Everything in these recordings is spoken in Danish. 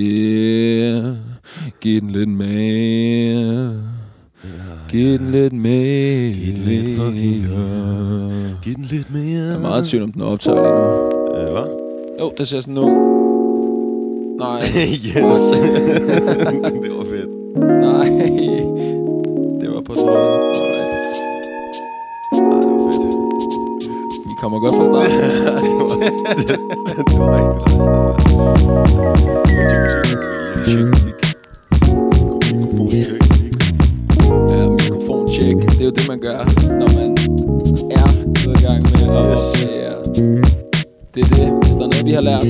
Yeah, giv den lidt mere. Giv den lidt mere. Giv den lidt fucking- Giv den lidt mere. Jeg er meget i tvivl om, den er optaget lige nu. Øh, Hvad? Jo, det ser sådan ud. Nej, yes. det var fedt. nej. Det var på sådan noget. Ej, det var fedt. Vi kommer godt fra start. Det var rigtig langt. Det var Ja, mikrofoncheck. Det er jo det, man gør, når man er gået i gang med at opsære. Det er det. Hvis der er noget, vi har lært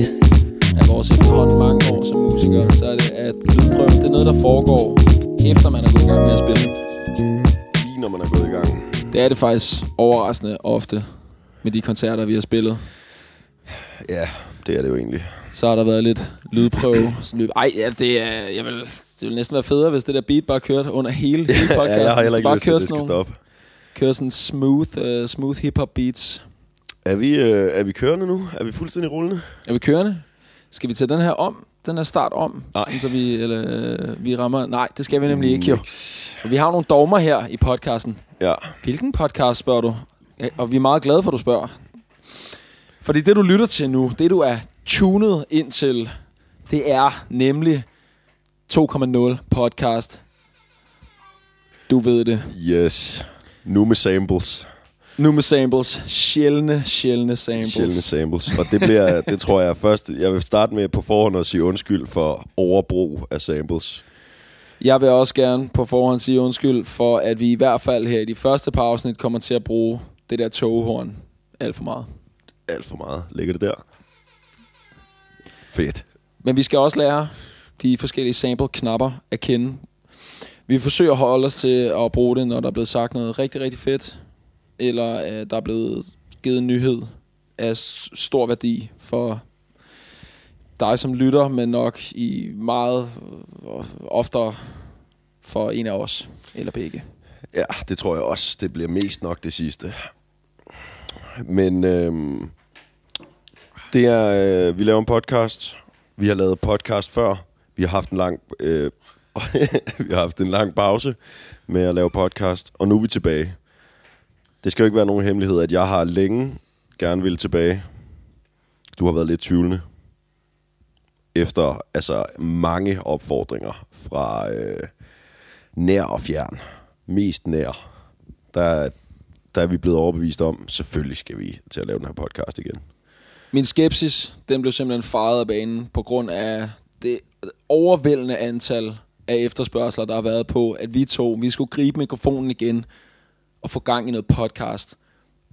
af vores efterhånden mange år som musikere, så er det, at lydprøve, det er noget, der foregår, efter man er gået i gang med at spille. Lige når man er gået i gang. Det er det faktisk overraskende ofte med de koncerter, vi har spillet. Ja, det er det jo egentlig. Så har der været lidt lydprøve. Sådan lidt, Ej, ja, det, er, jeg vil, det ville næsten være federe, hvis det der beat bare kørte under hele, hele podcasten. ja, jeg har Hvis heller det ikke bare lyst til, kører at det sådan skal nogle- stoppe. kører sådan smooth, uh, smooth hip-hop beats. Er vi, øh, er vi kørende nu? Er vi fuldstændig rullende? Er vi kørende? Skal vi tage den her om? Den her start om? Nej. Sådan, så vi, eller, øh, vi rammer... Nej, det skal vi nemlig ikke, jo. Og vi har nogle dogmer her i podcasten. Ja. Hvilken podcast spørger du? Ja, og vi er meget glade for, at du spørger. Fordi det, du lytter til nu, det du er tunet ind til, det er nemlig 2.0 podcast. Du ved det. Yes. Nu med samples. Nu med samples. Sjældne, sjældne samples. Sjældne samples. Og det bliver, det tror jeg først, jeg vil starte med på forhånd at sige undskyld for overbrug af samples. Jeg vil også gerne på forhånd sige undskyld for, at vi i hvert fald her i de første par afsnit kommer til at bruge det der togehorn alt for meget. Alt for meget. Ligger det der? Fedt. Men vi skal også lære de forskellige sample-knapper at kende. Vi forsøger at holde os til at bruge det, når der er blevet sagt noget rigtig, rigtig fedt, eller øh, der er blevet givet en nyhed af s- stor værdi for dig som lytter, men nok i meget øh, oftere for en af os, eller begge. Ja, det tror jeg også. Det bliver mest nok det sidste. Men øhm, det er, øh, vi laver en podcast. Vi har lavet podcast før. Vi har haft en lang, øh, vi har haft en lang pause med at lave podcast, og nu er vi tilbage. Det skal jo ikke være nogen hemmelighed, at jeg har længe gerne ville tilbage. Du har været lidt tvivlende. Efter altså mange opfordringer fra øh, nær og fjern. Mest nær. Der, der er vi blevet overbevist om, selvfølgelig skal vi til at lave den her podcast igen. Min skepsis, den blev simpelthen faret af banen på grund af det overvældende antal af efterspørgseler, der har været på, at vi to, vi skulle gribe mikrofonen igen og få gang i noget podcast.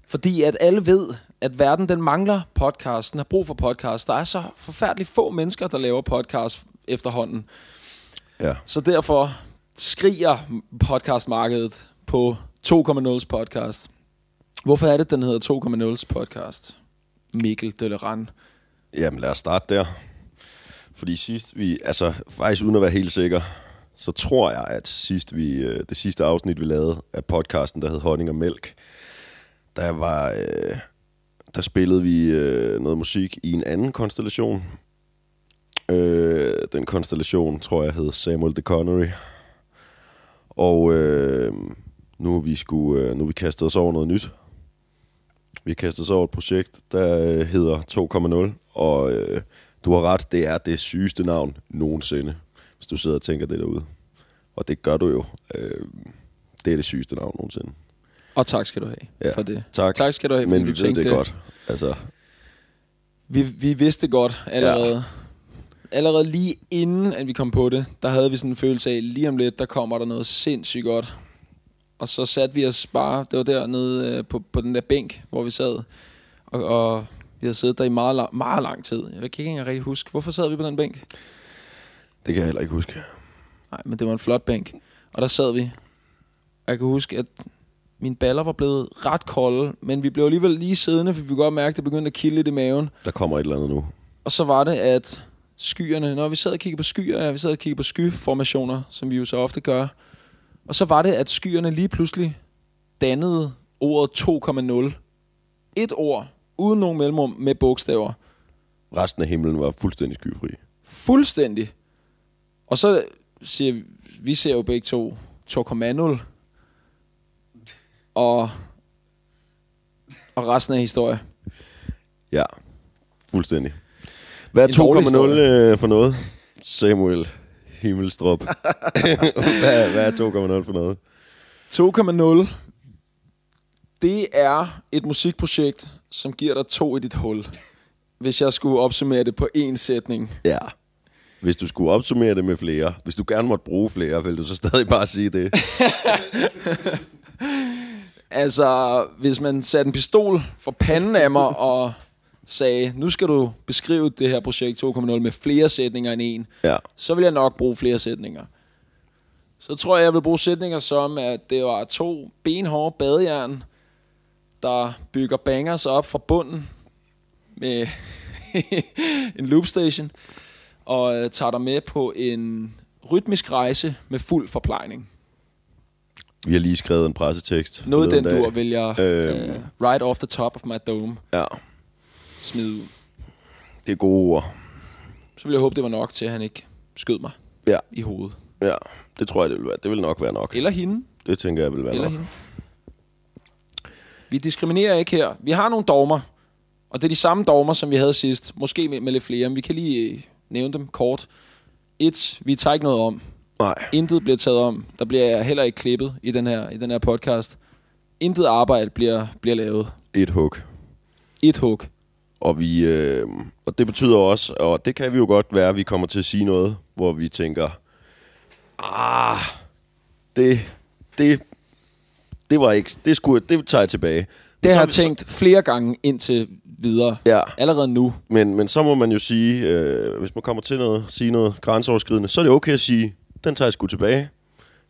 Fordi at alle ved, at verden den mangler podcast, den har brug for podcast. Der er så forfærdeligt få mennesker, der laver podcast efterhånden. Ja. Så derfor skriger podcastmarkedet på 2.0's podcast. Hvorfor er det, den hedder 2.0's podcast? Mikkel Døllerand. Jamen lad os starte der. Fordi sidst vi, altså faktisk uden at være helt sikker, så tror jeg, at sidst vi, øh, det sidste afsnit, vi lavede af podcasten, der hed Honning og Mælk, der var, øh, der spillede vi øh, noget musik i en anden konstellation. Øh, den konstellation, tror jeg, hed Samuel de Connery. Og øh, nu har vi, sku, øh, nu har vi kastet os over noget nyt. Vi har kastet os over et projekt, der øh, hedder 2,0, og øh, du har ret, det er det sygeste navn nogensinde, hvis du sidder og tænker det derude. Og det gør du jo. Øh, det er det sygeste navn nogensinde. Og tak skal du have ja. for det. Tak, Tak skal du have, fordi men du vi ved tænkte det det. godt. Altså, Vi, vi vidste godt allerede. Ja. Allerede lige inden, at vi kom på det, der havde vi sådan en følelse af, lige om lidt, der kommer der noget sindssygt godt. Og så satte vi os bare, det var dernede øh, på, på den der bænk, hvor vi sad. Og, og vi havde siddet der i meget, lang, meget lang tid. Jeg kan ikke engang rigtig huske, hvorfor sad vi på den bænk? det kan jeg heller ikke huske. Nej, men det var en flot bænk. Og der sad vi. Og Jeg kan huske, at mine baller var blevet ret kolde, men vi blev alligevel lige siddende, for vi kunne godt mærke, at det begyndte at kilde lidt i maven. Der kommer et eller andet nu. Og så var det, at skyerne, når vi sad og kiggede på skyer, ja, vi sad og kiggede på skyformationer, som vi jo så ofte gør, og så var det, at skyerne lige pludselig dannede ordet 2,0. Et ord, uden nogen mellemrum, med bogstaver. Resten af himlen var fuldstændig skyfri. Fuldstændig. Og så siger vi, vi ser jo begge to Torko Manuel og, og resten af historien. Ja, fuldstændig. Hvad er En dårlig 2,0 øh, for noget? Samuel Himmelstrup. hvad, hvad er 2,0 for noget? 2,0 Det er et musikprojekt, som giver dig to i dit hul. Hvis jeg skulle opsummere det på én sætning. Ja. Hvis du skulle opsummere det med flere, hvis du gerne måtte bruge flere, vil du så stadig bare sige det? Altså, hvis man satte en pistol for panden af mig og sagde, nu skal du beskrive det her projekt 2.0 med flere sætninger end en, Ja. så vil jeg nok bruge flere sætninger. Så tror jeg, jeg vil bruge sætninger som, at det var to benhårde badejern, der bygger bangers op fra bunden med en loopstation, og øh, tager dig med på en rytmisk rejse med fuld forplejning. Vi har lige skrevet en pressetekst. Noget den forleden dag. dur vil jeg Øhm. øh, right off the top of my dome Ja, smide ud. det er gode ord. Så ville jeg håbe, det var nok til, at han ikke skød mig Ja, i hovedet. ja. Det tror jeg, det vil, være. det vil nok være nok. Eller hende. Det tænker jeg vil være Eller nok. hende. Vi diskriminerer ikke her. Vi har nogle dogmer, og det er de samme dogmer, som vi havde sidst. Måske med, med lidt flere, men vi kan lige øh, nævne dem kort. Et, vi tager ikke noget om. Nej, Intet bliver taget om. Der bliver heller ikke klippet i den her, i den her podcast. Intet arbejde bliver, bliver lavet. et hug. Et hug. Og, vi, øh, og det betyder også, og det kan vi jo godt være, at vi kommer til at sige noget, hvor vi tænker, ah, det, det, det var ikke, det, skulle, det tager jeg tilbage. Det har jeg Men så- tænkt flere gange indtil videre. Ja. Allerede nu. Men, men så må man jo sige, øh, hvis man kommer til noget, sige noget grænseoverskridende, så er det okay at sige, den tager jeg sgu tilbage.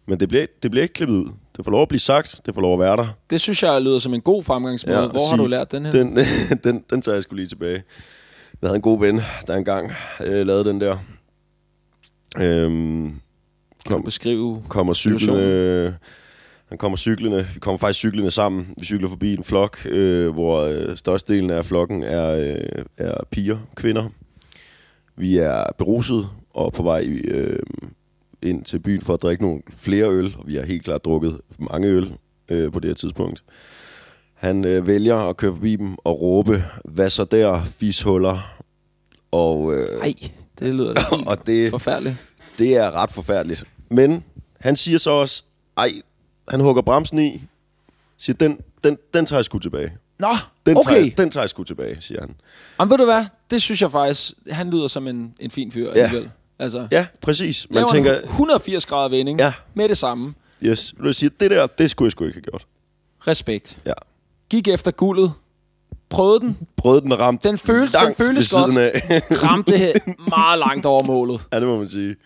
Men det bliver, det bliver ikke klippet ud. Det får lov at blive sagt, det får lov at være der. Det synes jeg lyder som en god fremgangsmåde. Ja, Ja, Hvor har sige, du lært den her? Den, den, den tager jeg sgu lige tilbage. Jeg havde en god ven, der engang øh, lavede den der. Øhm, Kan du kom, beskrive? kommer cyklende... Situationen? Øh, han kommer cyklende. Vi kommer faktisk cyklende sammen. Vi cykler forbi en flok, øh, hvor øh, størstedelen af flokken er, øh, er piger, kvinder. Vi er beruset og på vej øh, ind til byen for at drikke nogle flere øl. Og vi har helt klart drukket mange øl øh, på det her tidspunkt. Han øh, vælger at køre forbi dem og råbe, hvad så der, fishuller? Og, øh, Nej, det lyder da helt og det, forfærdeligt. det er ret forfærdeligt. Men han siger så også, ej, han hugger bremsen i, siger, den, den, den tager jeg sgu tilbage. Nå, Den, okay. tager, jeg- den tager jeg sgu tilbage, siger han. Jamen ved du hvad, det synes jeg faktisk, han lyder som en, en fin fyr alligevel. Altså, Ja, præcis. Man laver tænker, en 180 grader vending Ja. med det samme. yes, du siger, det der, det skulle jeg sgu ikke have gjort. Respekt. Ja. Gik efter guldet, prøvede den, Prøvede den og ramte Den føles- den langt føles ved siden godt. af. ramte det meget langt over målet. ja, det må man sige.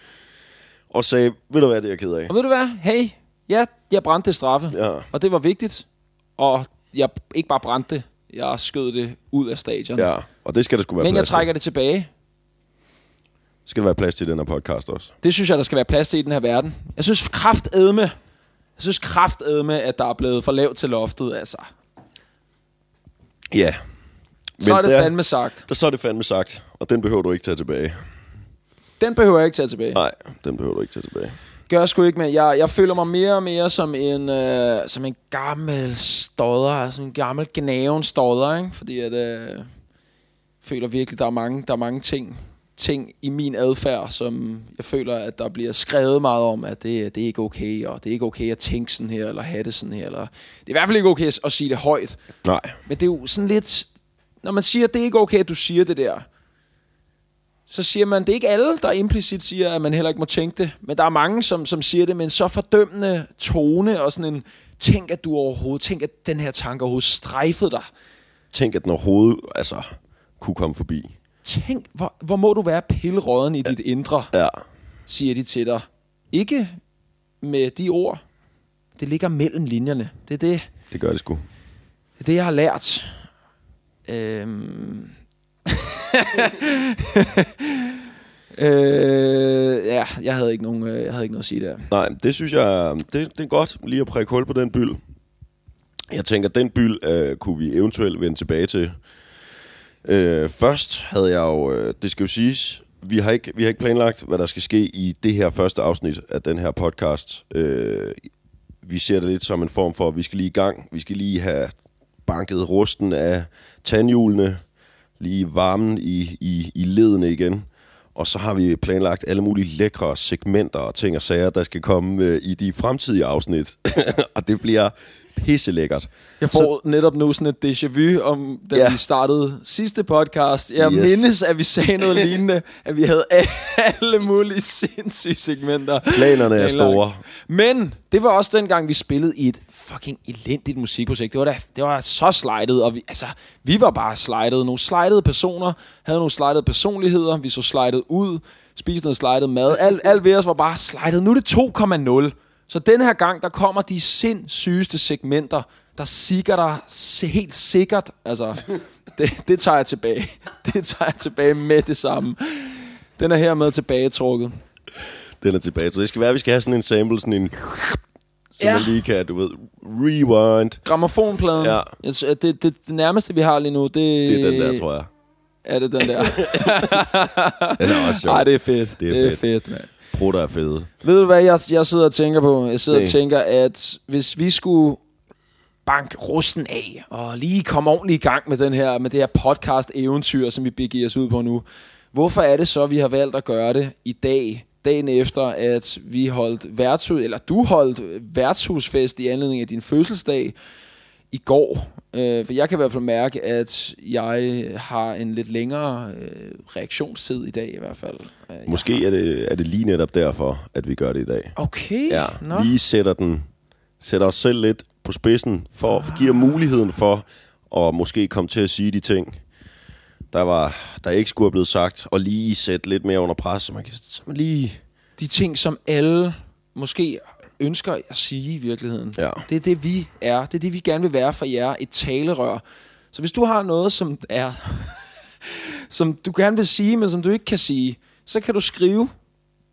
Og sagde, ved du hvad, det er jeg ked af. Og ved du hvad, hey, ja, jeg brændte det straffe, Ja. og det var vigtigt. Og jeg ikke bare brændte det, jeg skød det ud af stadion. Ja, og det skal der sgu være Men jeg plads trækker det tilbage. til. Skal der være plads til i den her podcast også. Det synes jeg, der skal være plads til i den her verden. Jeg synes kraftedme, jeg synes kraftedme, at der er blevet for lavt til loftet, altså. Ja. Så Men er det der- fandme sagt. Der, så er det fandme sagt, og den behøver du ikke tage tilbage. Den behøver jeg ikke tage tilbage. Nej, den behøver du ikke tage tilbage. Gør jeg sgu ikke, men jeg, jeg føler mig mere og mere som en, øh, som en gammel stodder, altså en gammel gnaven stodder, ikke? Fordi at, øh, jeg føler virkelig, der er mange, der er mange ting, ting i min adfærd, som jeg føler, at der bliver skrevet meget om, at det, det er ikke okay, og det er ikke okay at tænke sådan her, eller have det sådan her, eller det er i hvert fald ikke okay at, at sige det højt. Nej. Men det er jo sådan lidt... Når man siger, at det er ikke okay, at du siger det der, så siger man, det er ikke alle, der implicit siger, at man heller ikke må tænke det. Men der er mange, som, som siger det med en så fordømmende tone og sådan en, tænk at du overhovedet, tænk at den her tanke overhovedet strejfede dig. Tænk, at den overhovedet altså, kunne komme forbi. Tænk, hvor, hvor må du være pillerøden i dit indre, Ja. siger de til dig. Ikke med de ord. Det ligger mellem linjerne. Det er det, Det gør det sgu. Det er det, jeg har lært. Øhm... øh, ja, jeg havde ikke nogen, øh, jeg havde ikke noget at sige der. Nej, det synes jeg, det, det er godt lige at prikke hul på den byld. Jeg tænker, den byld øh, kunne vi eventuelt vende tilbage til. Øh, først havde jeg jo, øh, det skal jo siges, vi har, ikke, vi har ikke planlagt, hvad der skal ske i det her første afsnit af den her podcast. Øh, vi ser det lidt som en form for, at vi skal lige i gang. Vi skal lige have banket rusten af tandhjulene, lige varmen i, i, i ledene igen. Og så har vi planlagt alle mulige lækre segmenter og ting og sager, der skal komme øh, i de fremtidige afsnit. og det bliver pisselækkert. Jeg får så... netop nu sådan et déjà vu om, da Ja. ja. vi startede sidste podcast. Jeg Yes. yes. mindes, at vi sagde noget lignende, at vi havde alle mulige sindssyge segmenter. Planerne er planlagt. store. Men det var også dengang, vi spillede i et fucking elendigt musikprojekt. Det var, da, det var så slidet, og vi, altså, vi var bare slidet. Nogle slidede personer, havde nogle slidede personligheder, vi så slidet ud, spiste noget slidet mad. Alt, alt ved os var bare slidet. Nu er det 2,0. Så den her gang, der kommer de sindssygeste segmenter, der sikker dig se- helt sikkert. Altså, det, det tager jeg tilbage. Det tager jeg tilbage med det samme. Den er hermed tilbagetrukket. Den er tilbage. Så det skal være, at vi skal have sådan en sample, sådan en... Så Ja. man lige kan, du ved, rewind. Gramofonpladen. Ja. Ja. Jeg, tror, at det, det, det nærmeste, vi har lige nu, det, Det er den Øh. der, tror jeg. Er det den der? Den er også sjov. Nej, det er fedt. Det er det er fedt. fedt man. Prutter er fede. Ved du, hvad jeg, jeg sidder og tænker på? Jeg sidder Nej. og tænker, at hvis vi skulle banke rusten af og lige komme ordentligt i gang med, den her, med det her podcast-eventyr, som vi begiver os ud på nu, hvorfor er det så, at vi har valgt at gøre det i dag, dagen efter, at vi holdt værtshus, eller du holdt værtshusfest i anledning af din fødselsdag i går? Øh, for jeg kan i hvert fald mærke, at jeg har en lidt længere øh, reaktionstid i dag i hvert fald. Øh, jeg Måske er det, er det lige netop derfor, at vi gør det i dag. Okay. Ja, Nå. vi sætter, den, sætter os selv lidt på spidsen, for Ah. at give muligheden for at måske komme til at sige de ting, der, var, der ikke skulle have blevet sagt, og lige sætte lidt mere under pres, så man kan så man lige... De ting, som alle måske ønsker at sige i virkeligheden. Ja. Det er det, vi er. Det er det, vi gerne vil være for jer. Et talerør. Så hvis du har noget, som er... som du gerne vil sige, men som du ikke kan sige, så kan du skrive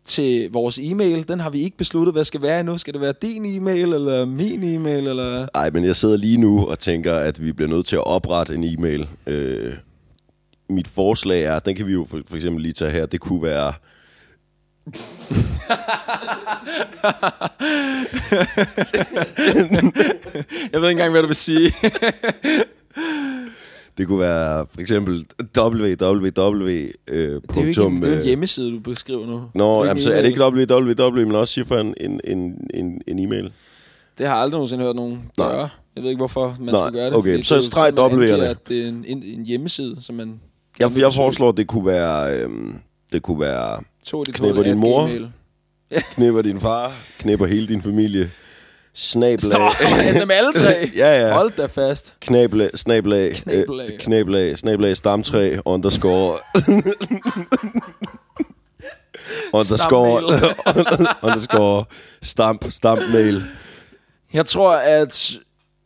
til vores e-mail. Den har vi ikke besluttet, hvad skal være endnu. Skal det være din e-mail, eller min e-mail, eller... Ej, men jeg sidder lige nu og tænker, at vi bliver nødt til at oprette en e-mail. Øh, mit forslag er, den kan vi jo for, for eksempel lige tage her, det kunne være... Jeg ved ikke engang, hvad du vil sige. Det kunne være for eksempel www. Øh, det er jo ikke en, det er jo en hjemmeside, du beskriver nu. Nå, en jamen, så er det e-mail. ikke www, men også siger for en, en, en, en, en e-mail. Det har jeg aldrig nogensinde hørt nogen Nej. gøre. Jeg ved ikke, hvorfor man Nej, skulle gøre det. okay, fordi så det er jo streg sådan, man W'erne. angiver, at Det er en, en, en hjemmeside, som man... Jeg, jeg foreslår, at det kunne være... Øhm, det kunne være To af de Knipper tolv din at mor? Gmail. knipper din far, knipper hele din familie, snablag, Stop! Dem alle tre! Ja, ja. Hold da fast. knabla, snablag, knablag, Knablag. øh, knablag, snablag, stamtræ, underscore, underscore, underscore, stamp, stampmail. Jeg tror, at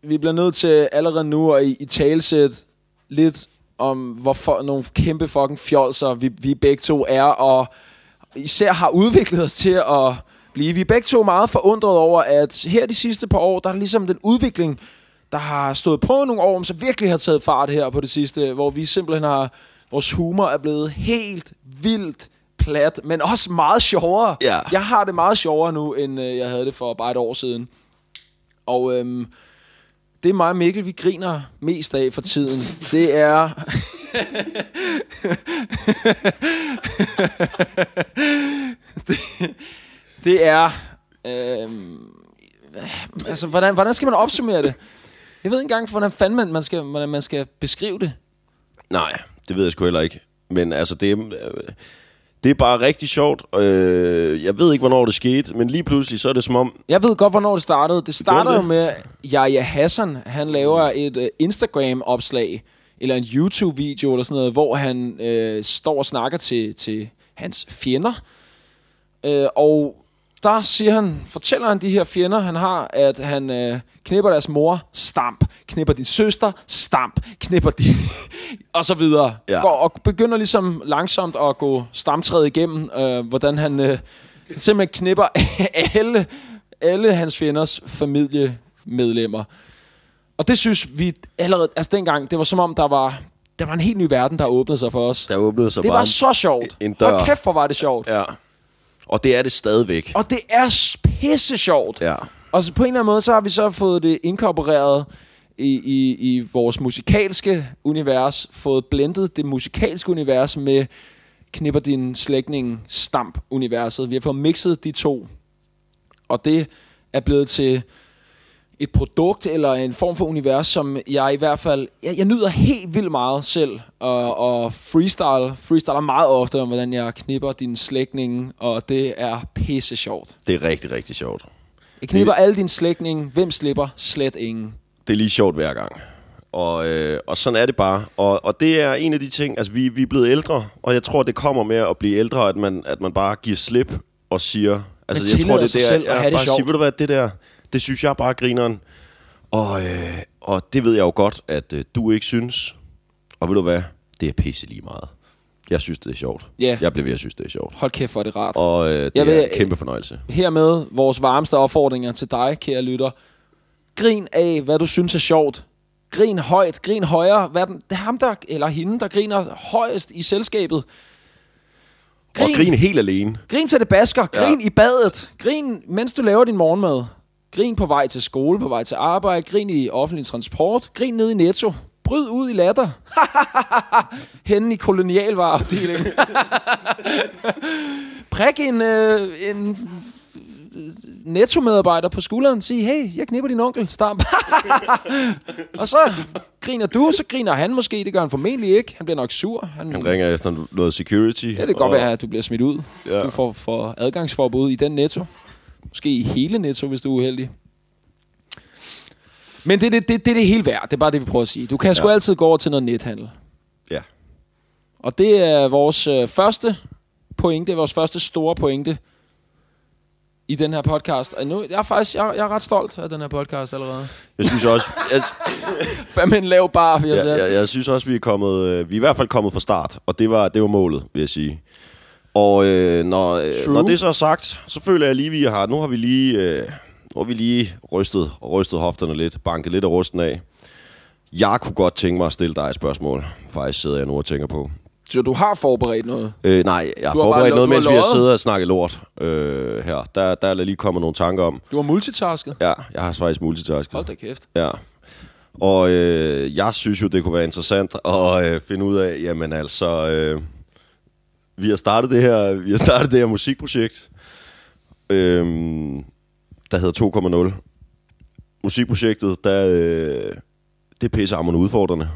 vi bliver nødt til allerede nu at i, i talsæt lidt om, hvorfor nogle kæmpe fucking fjolser vi, vi begge to er, og især har udviklet os til at blive. Vi er begge to meget forundret over, at her de sidste par år, der er der ligesom den udvikling, der har stået på nogle år, som virkelig har taget fart her på det sidste, hvor vi simpelthen har, vores humor er blevet helt vildt plat, men også meget sjovere. Ja. Jeg har det meget sjovere nu, end øh, jeg havde det for bare et år siden. Og øhm, det er mig og Mikkel, vi griner mest af for tiden. Det er... det, det er... Øhm, altså, hvordan, hvordan skal man opsummere det? Jeg ved ikke engang, hvordan fanden man, man, skal, hvordan man skal beskrive det. Nej, det ved jeg sgu heller ikke. Men altså, det, er- øh, det er bare rigtig sjovt. Øh, jeg ved ikke, hvornår det skete, men lige pludselig, så er det som om... Jeg ved godt, hvornår det startede. Det starter det? jo med, Jaja Hassan, han laver et øh, Instagram-opslag, eller en YouTube-video, eller sådan noget, hvor han øh, står og snakker til, til hans fjender. Øh, og der siger han, fortæller han de her fjender, han har, at han øh, knipper deres mor, stamp. Knipper din søster, stamp. Knipper din... og så videre. Ja. Ja. Går og begynder ligesom langsomt at gå stamtræet igennem, øh, hvordan han øh, simpelthen knipper alle, alle hans fjenders familiemedlemmer. Og det synes vi allerede, altså dengang, det var som om, der var, der var en helt ny verden, der åbnede sig for os. Der åbnede sig Det bare var så sjovt. en dør. Hold kæft, hvor var det sjovt. Ja. Og det er det stadigvæk. Og det er s- pisse sjovt. Ja. Og så på en eller anden måde, så har vi så fået det inkorporeret i, i, i vores musikalske univers, fået blendet det musikalske univers med knipper din slægtning stamp universet. Vi har fået mixet de to, og det er blevet til et produkt eller en form for univers, som jeg i hvert fald, jeg, jeg nyder helt vildt meget selv, og, og freestyle, freestyler meget ofte om, hvordan jeg knipper dine slægtninge, og det er pisse sjovt. Det er rigtig, rigtig sjovt. Jeg knipper alle dine slægtninge, hvem slipper? Slet ingen. det er lige sjovt hver gang. Og, øh, og sådan er det bare. Og, og det er en af de ting, altså vi, vi er blevet ældre, og jeg tror, det kommer med at blive ældre, at man, at man bare giver slip og siger... Altså, jeg tillader tror, det er sig der, selv at ja, have det bare sjovt. Sige, ved du hvad, det der, det synes jeg bare er grineren. Og, øh, og det ved jeg jo godt, at øh, du ikke synes. Og ved du hvad, det er pisse lige meget. Jeg synes, det er sjovt. Ja. Jeg bliver ved at synes, det er sjovt. Hold kæft, hvor er det rart. Og Og øh, det Jeg jeg vil- er en kæmpe fornøjelse. hermed vores varmeste opfordringer til dig, kære lytter. Grin af, hvad du synes er sjovt. Grin højt, grin højere. Hvad er den, det er ham, der, eller hende, der griner højest i selskabet. Grin. Og grin helt alene. Grin til det basker. Grin ja. i badet. Grin, mens du laver din morgenmad. Grin på vej til skole, på vej til arbejde. Grin i offentlig transport. Grin ned i netto. Bryd ud i latter. Henne i kolonialvareafdelingen. Prik en, øh, en netto-medarbejder på skulderen. Sig, hey, jeg knipper din onkel. Stamp. og så griner du, så griner han måske. Det gør han formentlig ikke. Han bliver nok sur. Han ringer efter noget security. Ja, det kan godt være, at du bliver smidt ud. Ja. Ja. Du får, får adgangsforbud i den netto. Måske i hele netto, hvis du er uheldig. Men det er det, det, det, er det hele værd. Det er bare det, vi prøver at sige. Du kan sgu Ja. altid gå over til noget nethandel. Ja. Og det er vores øh, første pointe, vores første store pointe i den her podcast. Og nu, jeg er faktisk jeg, jeg er ret stolt af den her podcast allerede. Jeg synes også... altså, Jeg, Fandme en lav bar, vi har jeg, sat. jeg, jeg synes også, vi er kommet, øh, vi er i hvert fald kommet fra start, og det var, det var målet, vil jeg sige. Og øh, når, øh, True. når det så er sagt, så føler jeg lige, vi har, nu har vi lige, øh, nu har vi lige rystet, rystet hofterne lidt, banket lidt af rusten af. Jeg kunne godt tænke mig at stille dig et spørgsmål. Faktisk sidder jeg nu og tænker på. Så du har forberedt noget. Øh, nej, jeg har bare forberedt lo- noget, du har mens vi har løjet. siddet og snakket lort øh, her. Der, der er der lige kommet nogle tanker om. Du har multitasket. Ja, jeg har faktisk multitasket. Hold da kæft. Ja. Og øh, jeg synes jo, det kunne være interessant at øh, finde ud af, jamen altså, øh, vi har startet det her, vi har startet det her musikprojekt, øh, der hedder 2,0. Musikprojektet, der, øh, det er pissehammerende udfordrende.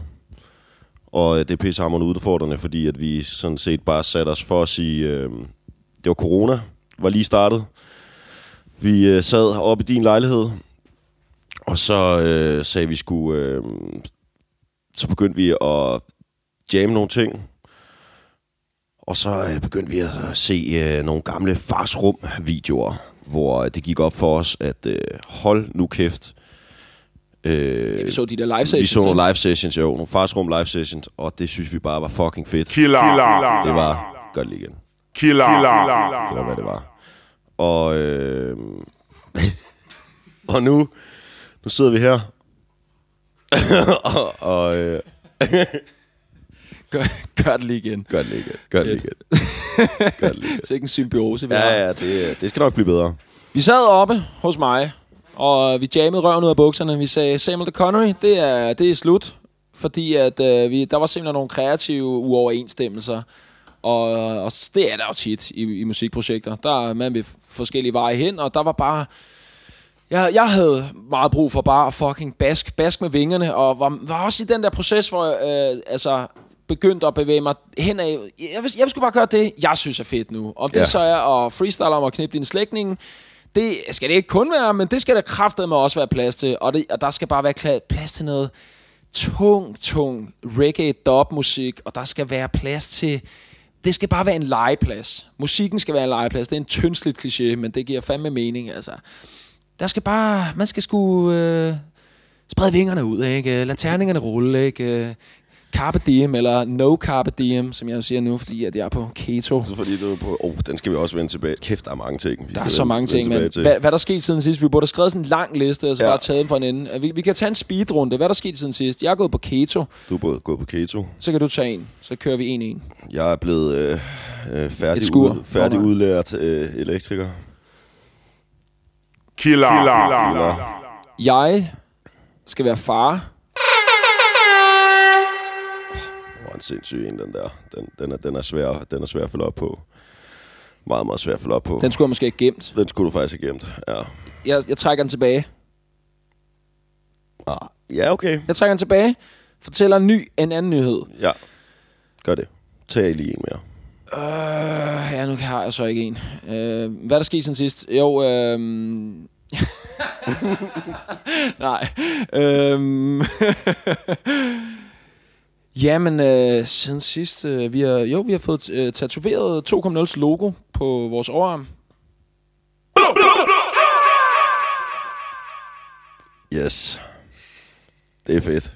Og øh, det er pissehammerende udfordrende, fordi at vi sådan set bare satte os for at sige, øh, det var corona, var lige startet. Vi øh, sad oppe i din lejlighed, og så øh, sagde vi skulle... Øh, så begyndte vi at jamme nogle ting. Og så øh, begyndte vi at se øh, nogle gamle farsrum-videoer, hvor øh, det gik op for os, at øh, hold nu kæft. Øh, Ja, vi så de der live vi sessions. så ikke? nogle live sessions, jo. Nogle farsrum live sessions, og det synes vi bare var fucking fedt. Killer. Det Killer. var godt lige igen. Killer. Eller hvad det var. Og, øh, og nu, nu sidder vi her. og, og øh, Gør, gør det lige igen. gør det lige igen. Gør det lige igen. Gør det lige igen. Så ikke en symbiose, vi har. Ja, ja, det, det skal nok blive bedre. Vi sad oppe hos mig, og vi jammede røven ud af bukserne. Vi sagde, Samuel de Connery, det er, det er slut. Fordi at, øh, vi, der var simpelthen nogle kreative uoverensstemmelser. Og, og det er der jo tit i, i musikprojekter. Der er man ved forskellige veje hen, og der var bare... Jeg, jeg havde meget brug for bare at fucking bask, bask med vingerne, og var, var også i den der proces, hvor jeg øh, altså, begyndte at bevæge mig henad. Jeg, jeg, jeg skulle bare gøre det, jeg synes er fedt nu. Om det Ja. så er at freestyle om at knippe dine slægtninge, det skal det ikke kun være, men det skal der kraftedeme også være plads til. Og, det, og der skal bare være kla- plads til noget tung, tung reggae-dub-musik, og der skal være plads til... Det skal bare være en legeplads. Musikken skal være en legeplads. Det er en tyndsligt kliché, men det giver fandme mening, altså. Der skal bare... Man skal sgu... Øh, sprede vingerne ud, ikke? Lad terningerne rulle, ikke? Carpe diem, eller no carpe diem, som jeg jo siger nu, fordi at jeg er på keto. Så fordi du er på... Oh, den skal vi også vende tilbage. Kæft, der er mange ting. Vi Der er kan så vende- mange vende ting, tilbage men til. hvad, hvad der er sket siden sidst? Vi burde have skrevet sådan en lang liste, og så ja. Ja. bare taget den fra en ende. Vi, vi kan tage en speedrunde. Hvad der er sket siden sidst? Jeg er gået på keto, Du er både gået på keto. så kan du tage en. Så kører vi en en. Jeg er blevet øh, øh, færdig, Et skur. Ud, færdig Nå, nej. udlært øh, elektriker. Killer. Eller, Jeg skal være far. hvor er en sindssyg en, den der. Den, den, er, den, er svær, den er svær at følge op på. Meget, meget svær at følge op på. Den, Den skulle jeg måske have gemt. den skulle du faktisk have gemt. Ja. Jeg, jeg trækker den tilbage. Ah, ja, okay. Jeg trækker den tilbage. Fortæller en ny, en anden nyhed. Ja. Gør det. Tag lige en mere. Øh, ja, nu har jeg så ikke en. Øh, hvad er der skete siden sidst? Jo, øh... Nej. Øhm... Jamen, øh, siden sidst, øh, vi har, jo, vi har fået øh, tatoveret 2.0's logo på vores overarm. Yes. Det er fedt.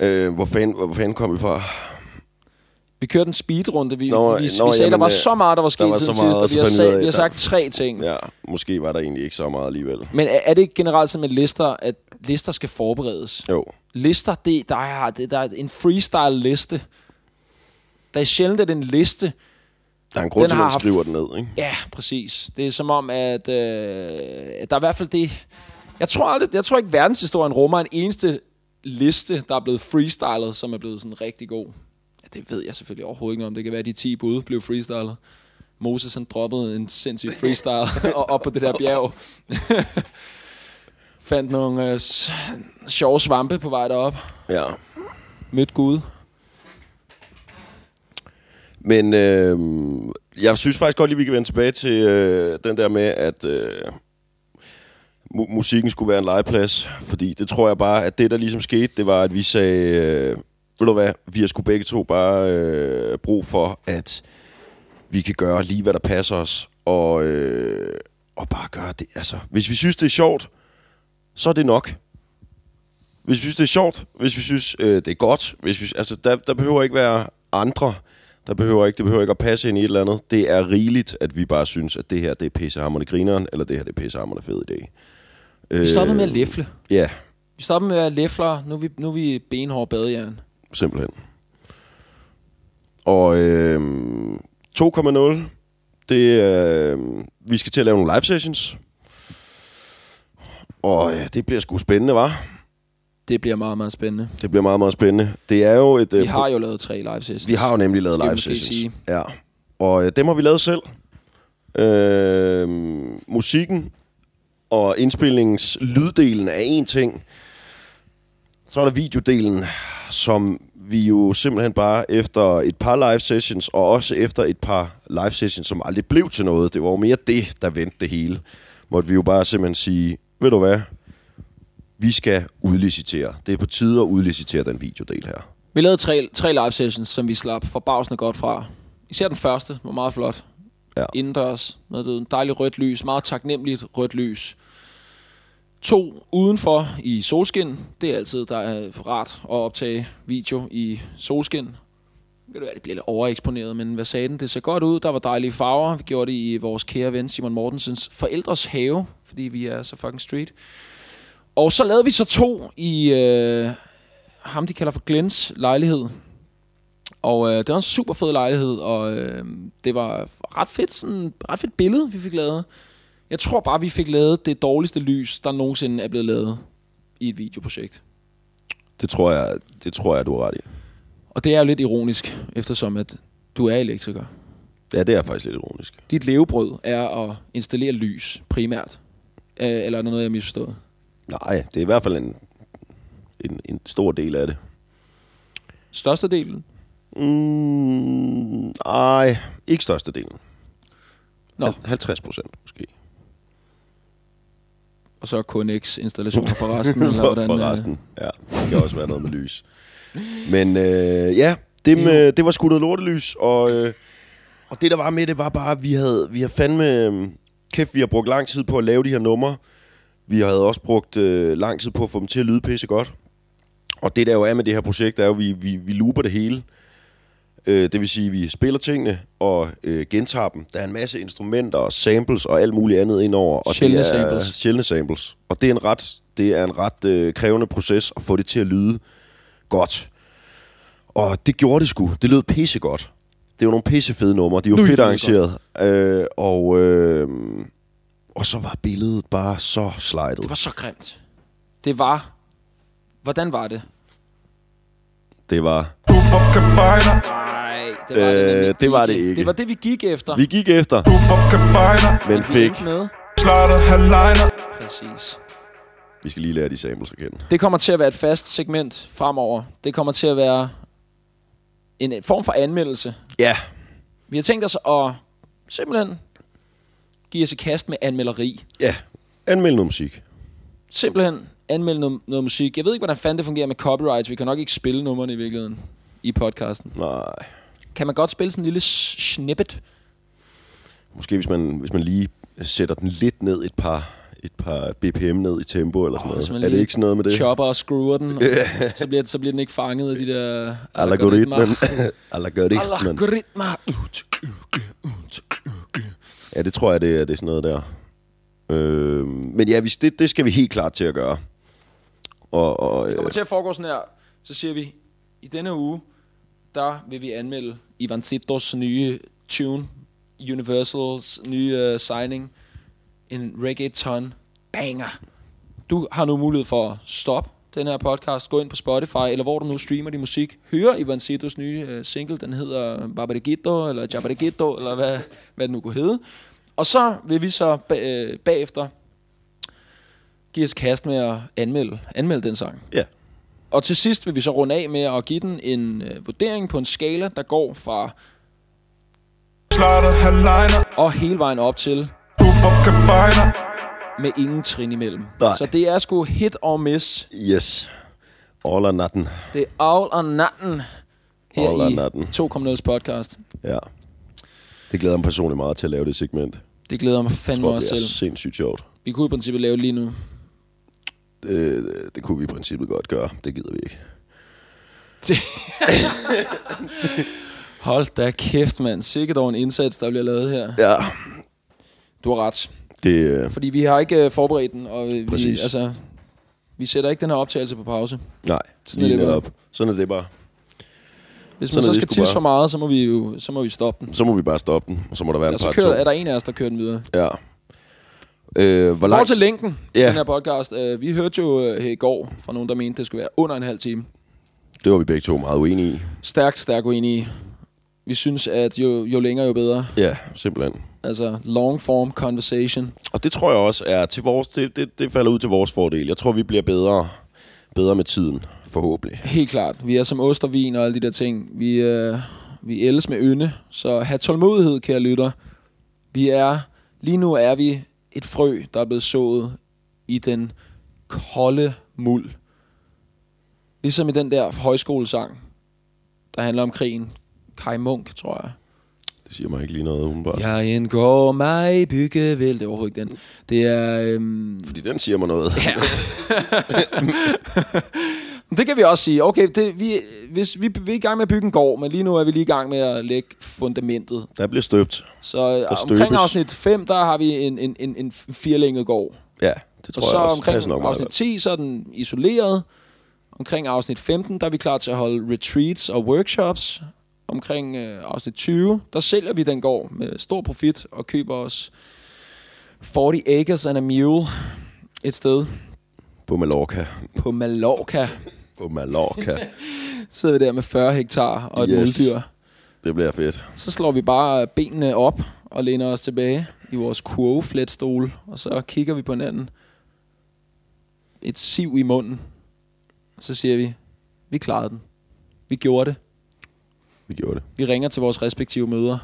Øh, hvor, fanden, hvor fanden kom vi fra? Vi kørte en speedrunde. Vi, Nå, nå, vi, vi sagde, nå, der jamen, var øh, så meget, der var sket var siden så meget, sidst, og og vi så har, fandt vi ud sag, af, vi har sagt der- tre ting. Ja, måske var der egentlig ikke så meget alligevel. Men er, er det ikke generelt sådan med lister, at lister skal forberedes? Jo. lister, det, der, er, det, der er en freestyle-liste. Der er sjældent, at en liste... Der er en grund Den til, at har man haft- skriver den ned, ikke? Ja, præcis. Det er som om, at øh, der er i hvert fald det... Jeg tror, aldrig, jeg tror ikke, verdenshistorien rummer en eneste liste, der er blevet freestylet, som er blevet sådan rigtig god. Ja, det ved jeg selvfølgelig overhovedet ikke om. Det kan være, at de 10 bud blev freestylet. Moses han droppede en sindssyg freestyle og op på det der bjerg. Fandt nogle øh, s- sjove svampe på vej derop. Ja. Mødte Gud. Men øh, jeg synes faktisk godt lige, vi kan vende tilbage til øh, den der med, at øh, mu- musikken skulle være en legeplads. Fordi det tror jeg bare, at det der ligesom skete, det var, at vi sagde, øh, ved du hvad, vi har sgu begge to bare øh, brug for, at vi kan gøre lige, hvad der passer os. Og, øh, og bare gøre det. Altså, hvis vi synes, det er sjovt, så er det nok. Hvis vi synes, det er sjovt, hvis vi synes, øh, det er godt, hvis vi, altså, der, der behøver ikke være andre, der behøver ikke, det behøver ikke at passe ind i et eller andet. Det er rigeligt, at vi bare synes, at det her, det er pissehammerende grineren, eller det her, det er pissehammerende fed idé. Øh, Vi stoppede med at læfle. Ja, Vi stopper med at læfler. Nu er vi, nu er vi benhårde badejern. simpelthen. Og øh, 2,0, det er, øh, vi skal til at lave nogle live sessions. Og øh, det bliver sgu spændende, var. Det bliver meget, meget spændende. Det bliver meget, meget spændende. Det er jo et... øh, Vi har jo lavet tre live sessions. Vi har jo nemlig lavet Skal vi live måske sessions. sige. Ja. Og øh, dem har vi lavet selv. Øh, musikken og indspillingens lyddelen er en ting. Så er der videodelen, som vi jo simpelthen bare efter et par live sessions, og også efter et par live sessions, som aldrig blev til noget, det var jo mere det, der vendte det hele, måtte vi jo bare simpelthen sige, ved du hvad, vi skal udlicitere. Det er på tide at udlicitere den videodel her. Vi lavede tre, tre live sessions, som vi slap forbavsende godt fra. Især den første var meget flot. Ja. Indendørs med det dejligt rødt lys. Meget taknemmeligt rødt lys. To udenfor i solskin. Det er altid der er rart at optage video i solskin. Det kan det være, det bliver lidt overeksponeret, men hvad sagde den? Det ser godt ud, der var dejlige farver. Vi gjorde det i vores kære ven Simon Mortensens forældres have, fordi vi er så fucking street. Og så lavede vi så to i øh, ham, de kalder for Glens lejlighed. Og øh, det var en super fed lejlighed, og øh, det var ret fedt, sådan, ret fedt billede, vi fik lavet. Jeg tror bare, vi fik lavet det dårligste lys, der nogensinde er blevet lavet i et videoprojekt. Det tror jeg, det tror jeg du har ret i. Og det er jo lidt ironisk, eftersom at du er elektriker. Ja, det er faktisk lidt ironisk. Dit levebrød er at installere lys primært. Øh, eller er der noget, jeg har misforstået? Nej, det er i hvert fald en, en, en stor del af det. Størstedelen? Mm, ej, ikke størstedelen. Nå. Hal- 50 procent måske. Og så KNX installationer for resten? eller For, hvordan, for øh, resten. Ja, det kan også være noget med lys. Men øh, ja, det, med, det var sgu noget lortelys, og, øh, og det der var med det var bare, at vi havde, vi har fandme... Øh, kæft, vi har brugt lang tid på at lave de her numre. Vi havde også brugt øh, lang tid på at få dem til at lyde pisse godt. Og det der jo er med det her projekt, er jo, at vi, vi, vi looper det hele. Øh, det vil sige, at vi spiller tingene og øh, gentager dem. Der er en masse instrumenter og samples og alt muligt andet indover. Og Sjældne det er, samples. Sjældne samples. Og det er en ret, det er en ret øh, krævende proces at få det til at lyde godt. Og det gjorde det sgu. Det lød pissegodt. Det var nogle pissefede numre. De var Nu fedt lyder arrangeret. Øh, og, øh, og så var billedet bare så slidet. Det var så grimt. Det var... Hvordan var det? Det var... Du opgebejder, Nej, det Øh, var det nemlig det var det ikke. Det var det, vi gik efter. Vi gik efter, du opgebejder, men Vi fik... endte med. slattet halvlejner. Præcis. Vi skal lige lære de samples at kende. Det kommer til at være et fast segment fremover. Det kommer til at være en form for anmeldelse. Ja. Vi har tænkt os at simpelthen give os i kast med anmelderi. Ja. Anmeld noget musik. Simpelthen anmelde noget, noget musik. Jeg ved ikke, hvordan fanden det fungerer med copyrights. Vi kan nok ikke spille nummerne i virkeligheden i podcasten. Nej. Kan man godt spille sådan en lille s- snippet? Måske hvis man, hvis man lige sætter den lidt ned et par, et par BPM ned i tempo eller sådan hvis man noget. Er det lige ikke sådan noget med det? Chopper og skruer den, og så, bliver, så bliver den ikke fanget af de der Algoritmen. Algoritmen. Algoritmer. Ja, det tror jeg, det er, det er sådan noget der. Øh, men ja, hvis det, det skal vi helt klart til at gøre. Og, og Det øh, kommer til at foregå sådan her. Så siger vi, i denne uge, der vil vi anmelde Ivan Zitos nye tune, Universals nye uh, signing, en reggaeton banger. Du har nu mulighed for at stoppe den her podcast, gå ind på Spotify, eller hvor du nu streamer din musik, høre Ivan Zitos nye uh, single, den hedder Babadigito, eller Jabadigito, eller hvad, hvad den nu kunne hedde. Og så vil vi så ba- øh, bagefter give os i kast med at anmelde, anmelde den sang. ja, Og til sidst vil vi så runde af med at give den en øh, vurdering på en skala, der går fra Slattet halvlejner, og hele vejen op til du opgebejder. med ingen trin imellem. Nej. Så det er sgu hit og miss. yes. All or nothing. Det er all or nothing her All or i nothing. 2.0's podcast. Ja. Det glæder mig personligt meget til at lave det segment. Jeg Det glæder jeg mig fandme tror, også det er selv. sindssygt sjovt. Vi kunne i princippet lave det lige nu. Øh, Det, det kunne vi i princippet godt gøre. Det gider vi ikke. Hold da kæft, mand. Sikkert over en indsats, der bliver lavet her. Ja, Du har ret. det, øh, Fordi vi har ikke øh, forberedt den, og øh, vi, Præcis. altså, vi sætter ikke den her optagelse på pause. nej, Sådan er lige det bare. netop. Sådan er det bare. Hvis man Sådan er så det skal sgu tisse bare. for meget, så må vi jo så må vi stoppe den. Så må vi bare stoppe den, og så må der være en Og så part kører, er der to. en af os, der kører den videre. Ja. Øh, hvor Hvor langt... til længden, Ja. ja. den her podcast. Øh, vi hørte jo øh, her i går fra nogen, der mente, det skulle være under en halv time. Det var vi begge to meget uenige i. Stærkt, stærkt uenige. Vi synes, at jo, jo længere, jo bedre. Ja, simpelthen. Altså, long form conversation. Og det tror jeg også er til vores... Det, det, det falder ud til vores fordel. Jeg tror, vi bliver bedre, bedre med tiden, forhåbentlig. Helt klart. Vi er som ost og vin og alle de der ting. Vi, øh, vi ældes med ynde. Så have tålmodighed, kære lytter. Vi er... Lige nu er vi et frø, der er blevet sået i den kolde muld. Ligesom i den der højskolesang, der handler om krigen. Kai Munk, tror jeg. Det siger mig ikke lige noget, umiddelbart. Ja. Jeg indgår mig i byggevæld. Det er overhovedet ikke den. Det er... Øhm, Fordi den siger mig noget. Ja. Men det kan vi også sige. Okay, det, vi, hvis, vi, vi er i gang med at bygge en gård, men lige nu er vi lige i gang med at lægge fundamentet. Der bliver støbt. Så der omkring støbes. afsnit 5, der har vi en, en, en, en firlænget gård. Ja, det tror Og så jeg også. omkring Passer nok meget afsnit godt. 10, så er den isoleret. Omkring afsnit 15, der er vi klar til at holde retreats og workshops. Omkring øh, afsnit 20, der sælger vi den gård med stor profit og køber os 40 acres and a mule et sted På Mallorca. på Mallorca. På Mallorca. sidder vi der med 40 hektar og et Yes. yes. muldyr. det bliver fedt. Så slår vi bare benene op og læner os tilbage i vores kurvefletstol, og så kigger vi på hinanden. Et siv i munden. Og så siger vi, vi klarede den. Vi gjorde det. Vi gjorde det. Vi ringer til vores respektive mødre.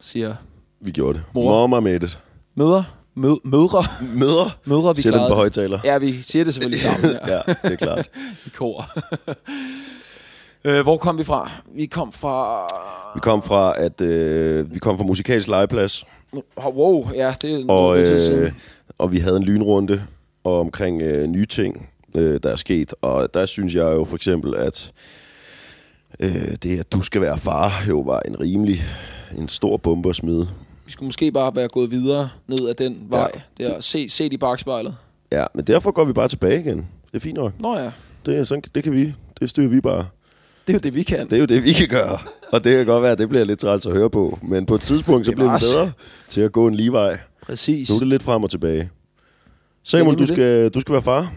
Siger, Vi gjorde det. Mor. Mama made it. mødre, mød, mødre, Mødre. mødre, vi Sæt dem klarede på det. højtaler. Ja, vi siger det selvfølgelig sammen her ja, det er klart. i kor. øh, hvor kom vi fra? Vi kom fra... Vi kom fra, at, øh, vi kom fra musikalsk legeplads, Oh, wow, ja, det er og, noget tid siden. øh, og vi havde en lynrunde og omkring øh, nye ting. øh, der er sket. Og der synes jeg jo for eksempel, at øh, det, at du skal være far, jo var en rimelig, en stor bombe at smide. Vi skulle måske bare være gået videre ned ad den vej. Ja. Der. Se, se i bagspejlet. Ja, men derfor går vi bare tilbage igen. Det er fint nok. Nå ja, Det, er sådan, det kan vi. Det styrer vi bare. det er jo det, vi kan. Det er jo det, vi kan gøre. Og det kan godt være, at det bliver lidt træls at høre på. Men på et tidspunkt, så Det bliver vi var bedre til at gå en lige vej. Præcis. Nu er det lidt frem og tilbage. Det er Samuel, du nemlig skal, du skal være far.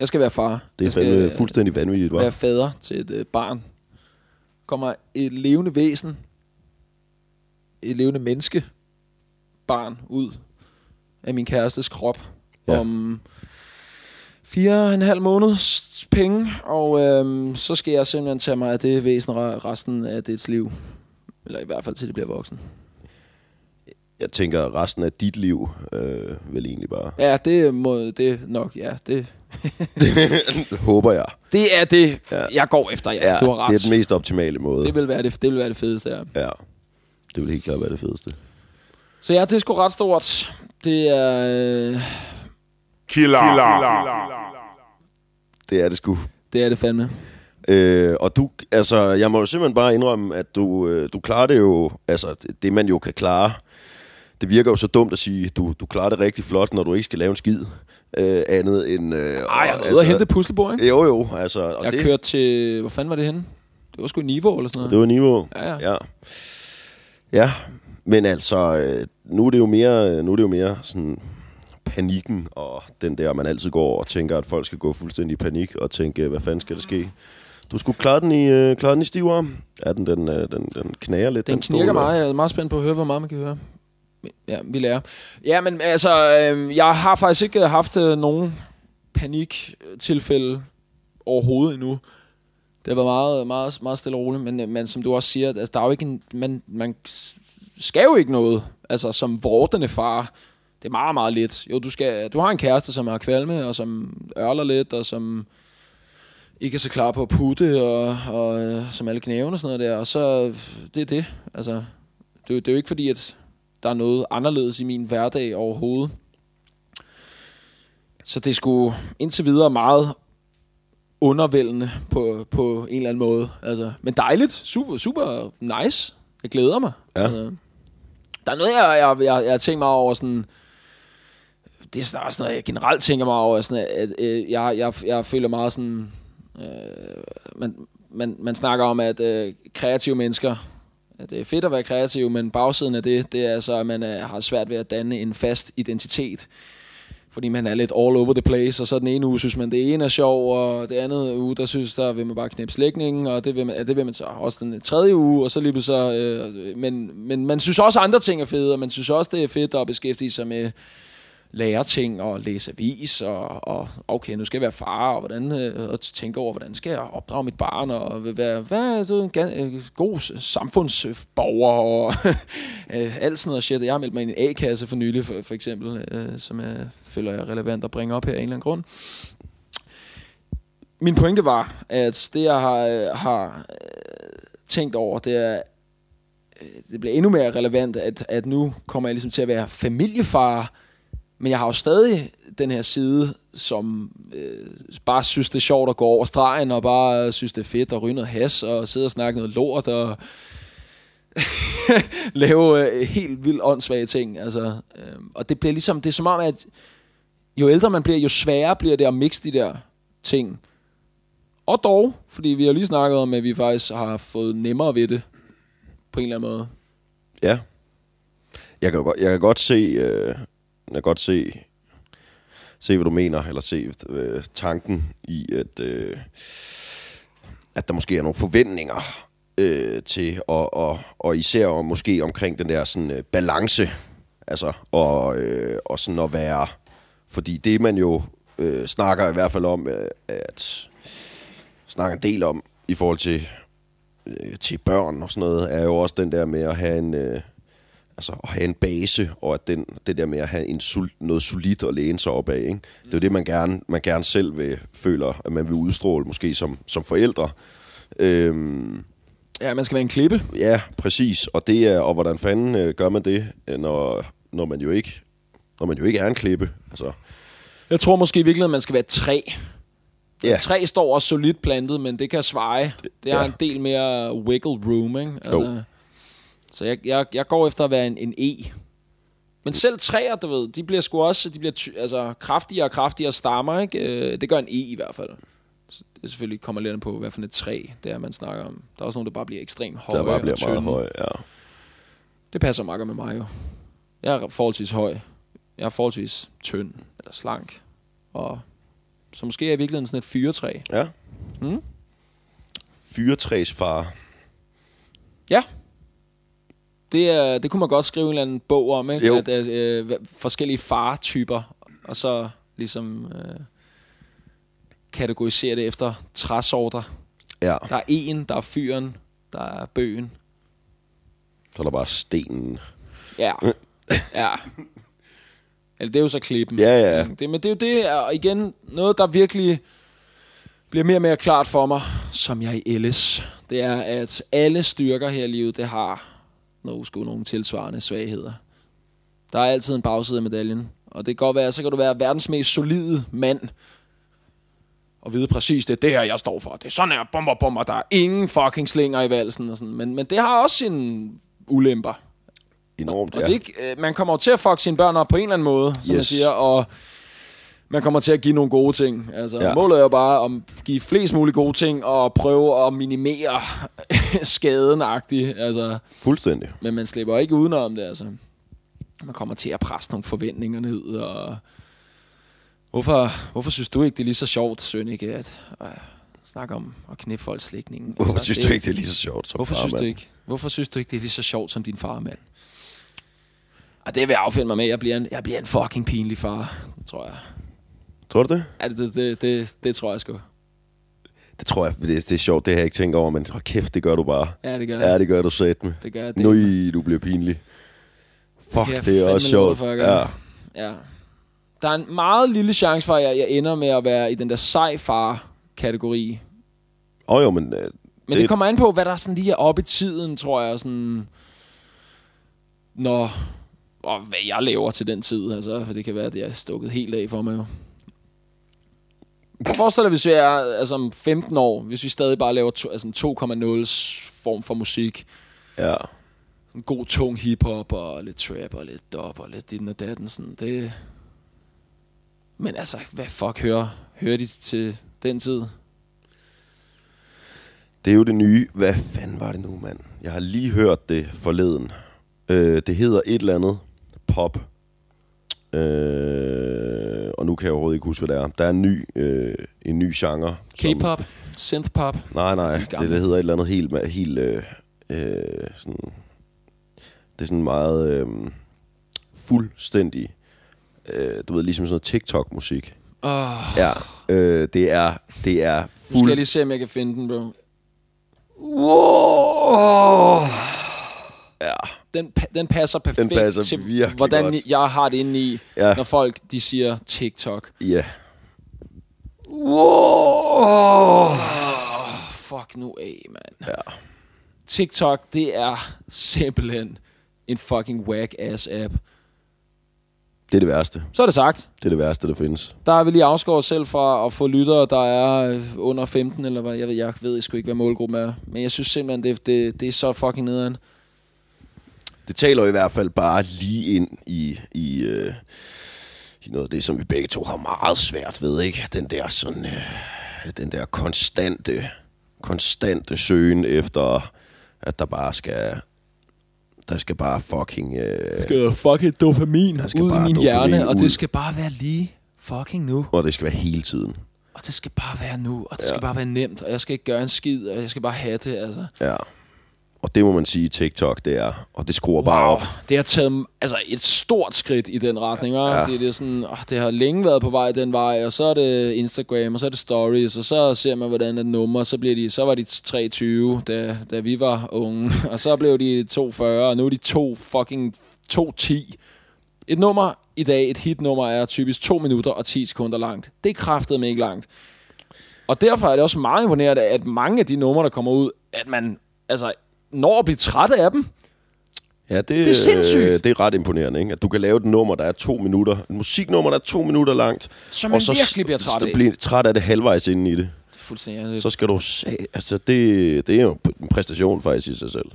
Jeg skal være far. Det er jeg skal fandme øh, fuldstændig vanvittigt, være var. fader til et øh, barn. Kommer et levende væsen, et levende menneske, barn ud af min kærestes krop Ja. ja. om fire og en halv måneds penge, og øhm, så skal jeg simpelthen tage mig af det væsen re- resten af dets liv. Eller i hvert fald til det bliver voksen. Jeg tænker, resten af dit liv øh, vel egentlig bare. Ja, det må det nok, ja. Det, Håber jeg. det er det, ja. jeg går efter, ja. ja du har ret. det er den mest optimale måde. det, vil være det, det vil være det fedeste, ja. Ja. Det vil helt klart være det fedeste. Så ja, det er sgu ret stort. Det er... Øh, Killer. Det er det sgu. det er det fandme. Øh, og du, altså, jeg må jo simpelthen bare indrømme, at du, øh, du klarer det jo, altså, det, det man jo kan klare. Det virker jo så dumt at sige, du, du klarer det rigtig flot, når du ikke skal lave en skid øh, andet end... Øh, Ej, jeg var ude og hente et puslebord, ikke? Jo, jo, altså... Og Jeg det, kørte til... Hvor fanden var det henne? Det var sgu i Niveau eller sådan noget. det var niveau. Ja, ja. Ja. ja. Men altså, øh, nu er det jo mere, øh, nu er det jo mere sådan panikken og den der, man altid går og tænker, at folk skal gå fuldstændig i panik og tænke, hvad fanden skal der ske? Du skulle klare den i, øh, klare den i stiv arm. Ja, den, den, øh, den, den knager lidt. Den stol knirker der. meget. Jeg er meget spændt på at høre, hvor meget man kan høre. Ja, vi lærer. Ja, men altså, øh, jeg har faktisk ikke haft øh, nogen paniktilfælde overhovedet endnu. Det har været meget, meget, meget stille og roligt, men, øh, men som du også siger, altså, der er jo ikke en, man, man skal jo ikke noget, altså som vortende far. Det er meget, meget lidt. Jo, du, skal, du har en kæreste, som har kvalme, og som ørler lidt, og som ikke er så klar på at putte, og, og øh, som alle knævene og sådan noget der. Og så, øh, det er det. Altså, det, er jo- det er jo ikke fordi, at der er noget anderledes i min hverdag overhovedet. Så det skulle indtil videre meget undervældende på, på en eller anden måde. Altså, men dejligt. Super, super nice. Jeg glæder mig. Ja. Altså, der er noget, jeg, jeg, jeg, jeg har tænkt mig over sådan... Det er snart sådan noget, jeg generelt tænker mig over. Sådan, at, øh, jeg, jeg, jeg føler meget sådan... Øh, man, man, man snakker om, at øh, kreative mennesker... At det er fedt at være kreativ, men bagsiden af det, det er altså, at man øh, har svært ved at danne en fast identitet fordi man er lidt all over the place, og så den ene uge synes man, det ene er sjov, og det andet uge, der synes, der vil man bare knæppe slægtningen, og det vil, man, ja, det vil man så også den tredje uge, og så lige så, øh, men, men man synes også, andre ting er fede, og man synes også, det er fedt at beskæftige sig med lærerting og læse avis, og, og okay, nu skal jeg være far, og, hvordan, øh, og tænke over, hvordan skal jeg opdrage mit barn, og være, hvad er du, en gan, øh, god s- samfundsborger, og øh, alt sådan noget shit. Jeg har meldt mig ind i en A-kasse for nylig, for, for eksempel, øh, som jeg føler jeg er relevant at bringe op her af en eller anden grund. Min pointe var, at det, jeg har, øh, har øh, tænkt over, det er, øh, det bliver endnu mere relevant, at, at nu kommer jeg ligesom til at være familiefar, men jeg har jo stadig den her side, som øh, bare synes, det er sjovt at gå over stregen, og bare øh, synes, det er fedt at ryge noget has, og sidde og snakke noget lort, og lave øh, helt vildt åndssvage ting. Altså, øh, og det bliver ligesom, det er som om, at jo ældre man bliver, jo sværere bliver det at mixe de der ting. Og dog, fordi vi har lige snakket om, at vi faktisk har fået nemmere ved det, på en eller anden måde. Ja. Jeg kan, jo godt, jeg kan godt se, øh, jeg kan godt se, se hvad du mener, eller se øh, tanken i, at, øh, at der måske er nogle forventninger øh, til, og, og, og især om, måske omkring den der sådan, øh, balance, altså, og, øh, og sådan at være, fordi det man jo øh, snakker i hvert fald om, øh, at snakker en del om, i forhold til øh, til børn og sådan noget, er jo også den der med at have en, øh, altså at have en base, og at den, det der med at have en sol, noget solidt at læne sig op af. Ikke? Det er jo det, man gerne, man gerne selv vil, føler, at man vil udstråle, måske som, som forældre. Øhm, Ja, man skal være en klippe. ja, præcis. Og, det er, og hvordan fanden øh, gør man det, øh, når, når, man jo ikke, når man jo ikke er en klippe? Altså, Jeg tror måske i virkeligheden, man skal være et træ. Ja. Træ står også solidt plantet, men det kan sveje. Det har ja. en del mere wiggle room, ikke? Altså, Jo. Så jeg, jeg, jeg går efter at være en, en E. Men selv træer, du ved, de bliver sgu også de bliver ty- altså, kraftigere og kraftigere stammer, ikke? Øh, Det gør en E i hvert fald. Så det er selvfølgelig kommer lidt an på, hvad for et træ det er, man snakker om. Der er også nogle, der bare bliver ekstremt høje der bare og bliver meget tynde. høj. Ja. Det passer makker med mig jo. Jeg er forholdsvis høj. Jeg er forholdsvis tynd eller slank. Og så måske er jeg i virkeligheden sådan et fyretræ. ja. Mm. Fyretræsfar. Ja. Det, er, det kunne man godt skrive en eller anden bog om, ikke? Jo. At, at, øh, hva- forskellige faretyper, og så ligesom øh, kategorisere det efter træsorter. Ja. Der er en, der er fyren, der er bøgen. Så er der bare stenen. Ja. Ja. Eller det er jo så klippen. Ja, ja, ja. Det, men det er jo det, og igen, noget, der virkelig bliver mere og mere klart for mig, som jeg ellers, det er, at alle styrker her i livet, det har nogle, sgu nogle tilsvarende svagheder. Der er altid en bagside af medaljen, og det kan godt være, så kan du være verdens mest solide mand, og vide præcis, det er det her, jeg står for. Det er sådan her, bomber, bomber, der er ingen fucking slinger i valsen. Og sådan. Men, men det har også sine ulemper. Enormt, Og ja. det er ikke, øh, man kommer jo til at fuck sine børn op på en eller anden måde, som yes. jeg Yes. siger, og man kommer til at give nogle gode ting. Altså, ja. Ja. Målet er jo bare at give flest mulige gode ting og prøve at minimere skaden altså, Fuldstændig. Men man slipper ikke udenom det. Altså. Man kommer til at presse nogle forventninger ned. Og hvorfor, hvorfor synes du ikke, det er lige så sjovt, Sønneke, at øh, snakke om at knippe folks slægtninge? Hvorfor Altså, synes du ikke, det er lige så sjovt som Hvorfor synes, farmand? du ikke, hvorfor synes du ikke, det er lige så sjovt som din far, mand? Og det vil jeg affinde mig med. Jeg bliver en, jeg bliver en fucking pinlig far, tror jeg. Tror du det? Ja, det, det, det, det, det tror jeg sgu. Det tror jeg, det, det er sjovt, det har jeg ikke tænkt over, men hold kæft, det gør du bare. Ja, det gør jeg. Ja, det gør du sæt med. Det gør jeg. Det, Nu i, du bliver pinlig. Fuck, kan jeg det, det er fandme også love dig sjovt. for, jeg gør. ja. ja. Der er en meget lille chance for, at jeg, jeg ender med at være i den der sej far-kategori. Og jo, men øh, Men det, det Det- kommer an på, hvad der sådan lige er oppe i tiden, tror jeg. Sådan... Nå, og hvad jeg laver til den tid, altså. For det kan være, at jeg er stukket helt af for mig jo. Jeg forestiller dig, hvis jeg er altså, om 15 år, hvis vi stadig bare laver to, altså, en 2,0's form for musik. ja. En god tung hiphop og lidt trap og lidt dub og lidt dit og datten. Sådan. Det... Men altså, hvad fuck hører, hører de til den tid? Det er jo det nye. Hvad fanden var det nu, mand? Jeg har lige hørt det forleden. Øh, det hedder et eller andet pop. Øh, og nu kan jeg overhovedet ikke huske, hvad det er. Der er en ny, øh, en ny genre. som- K-pop? Synthpop? Nej, De er nej. Det, gamle. det hedder et eller andet helt... ma- helt øh, øh, sådan, det er sådan meget øh, fuldstændig... Øh, du ved, ligesom sådan noget TikTok-musik. Åh... Oh. Ja, øh, det er... Det er Nu skal jeg fuld... lige se, om jeg kan finde den, bro. Wow. Den, pa- den passer perfekt passer til, virkelig hvordan godt. jeg har det inde i, ja. Ja. når folk de siger TikTok. Ja. Åh, oh, fuck nu af, mand. Ja. TikTok, det er simpelthen en fucking whack-ass app. Det er det værste. Så er det sagt. Det er det værste, der findes. Der har vi lige afskåret os selv fra at få lyttere, der er øh, under 15, eller hvad. Jeg ved, jeg ved sgu ikke, hvad målgruppen er. Men jeg synes simpelthen, det, det, det er så fucking nederen. Det taler i hvert fald bare lige ind i, i, øh, i noget af det, som vi begge to har meget svært ved, ikke? Den der sådan, øh, den der konstante, konstante søgen efter, at der bare skal, der skal bare fucking... Øh, skal fucking dopamin Der skal ud i bare min dopamin hjerne, og ud. det skal bare være lige fucking nu. og det skal være hele tiden. Og det skal bare være nu, og det ja. skal bare være nemt, og jeg skal ikke gøre en skid, og jeg skal bare have det, altså. Ja. Og det må man sige, TikTok, det er. Og det skruer wow. bare op. Det har taget altså, et stort skridt i den retning, ja. altså, det, er sådan, åh, det har længe været på vej den vej, og så er det Instagram, og så er det Stories, og så ser man, hvordan et nummer, så, bliver de, så var de 23, da, da vi var unge, og så blev de 240, og nu er de to fucking 210. Et nummer i dag, et hitnummer, er typisk 2 minutter og 10 sekunder langt. Det er kraftedeme ikke langt. Og derfor er det også meget imponerende, at mange af de numre, der kommer ud, at man altså, når at blive træt af dem. Ja, det, er sindssygt. øh, Det er ret imponerende, ikke? At du kan lave et nummer, der er to minutter. Et musiknummer, der er to minutter langt. Som man s- virkelig bliver træt s- af. Bliver træt af det halvvejs inde i det. Det er fuldstændig. Så skal du se... Altså, det, det er jo en præstation faktisk i sig selv.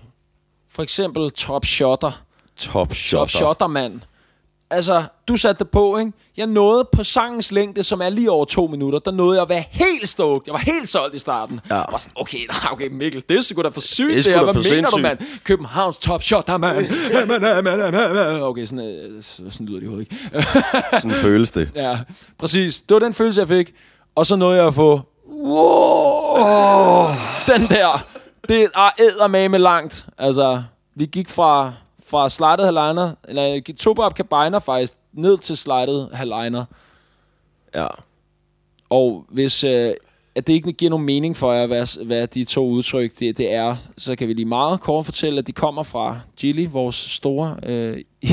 For eksempel Top Shotter. Top shotter. Top Shotter, mand. Altså, du satte det på, ikke? Jeg nåede på sangens længde, som er lige over to minutter, der nåede jeg at være helt stoked. Jeg var helt solgt i starten. Ja. Jeg var sådan, okay, nej, okay, Mikkel, det er sgu da for sygt, Det er det, sgu det her. da Hvad for mener du, mand? sindssygt. Københavns Top Shotter, mand. Ja, mand, ja, mand, ja, mand, ja, mand. Okay, sådan, øh, så- sådan lyder det jo ikke. Sådan føles det. ja, præcis. Det var den følelse, jeg fik. Og så nåede jeg at få... Wow, den der. Det er eddermame langt. Altså, vi gik fra, fra slidet haliner, eller gik to op kabiner faktisk, ned til slidet haliner. Ja. Og hvis øh, at det ikke giver nogen mening for jer, hvad, hvad de to udtryk det, det er, så kan vi lige meget kort fortælle, at de kommer fra Gilly, vores store... Øh,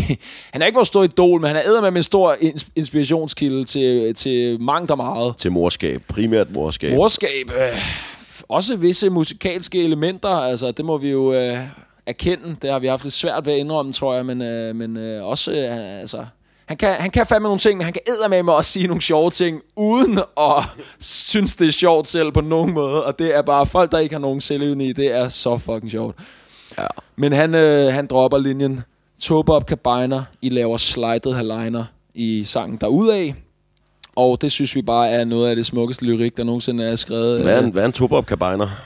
han er ikke vores store idol, men han er med en stor ins- inspirationskilde til, til mangt og meget. Til morskab. Primært morskab. Morskab. Øh, også visse musikalske elementer, altså det må vi jo øh, erkende. Det har vi haft lidt svært ved at indrømme, tror jeg, men, øh, men øh, også, øh, altså... Han kan, han kan fandme nogle ting, men han kan eddermame også sige nogle sjove ting, uden at synes, det er sjovt selv på nogen måde. Og det er bare folk, der ikke har nogen selvevne i, det er så fucking sjovt. Ja. Men han, øh, han dropper linjen. Tobop kabiner, I laver slidet haliner i sangen derudaf. Og det synes vi bare er noget af det smukkeste lyrik, der nogensinde er skrevet. Hvad er Øh, en, hvad er en tubop kabiner?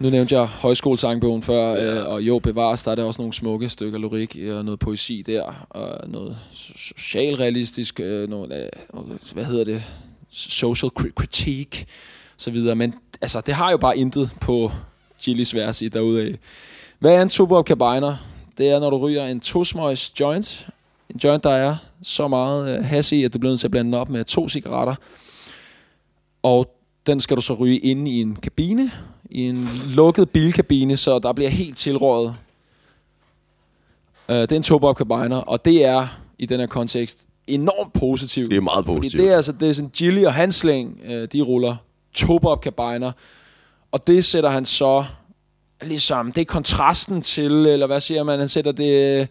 Nu nævnte jeg højskolesangbogen før, øh, og jo, bevares, der er der også nogle smukke stykker lyrik øh, og noget poesi der, og noget so- socialrealistisk, øh, noget, øh, noget- hvad hedder det, social cri- critique, så videre. Men altså, det har jo bare intet på Chilis vers i derude af. Hvad er en tubo kabiner? Det er, når du ryger en tosmøjs joint, en joint, der er så meget øh, has i, at du bliver nødt til at blande den op med to cigaretter, og den skal du så ryge inde i en kabine, i en lukket bilkabine, så der bliver helt tilrådet. Øh, det er en top kabiner, og det er i den her kontekst enormt positivt. Det er meget Fordi positivt. det er altså, det er sådan Gilly og hans slæng, øh, de ruller top kabiner, og det sætter han så ligesom, det er kontrasten til, eller hvad siger man, han sætter det,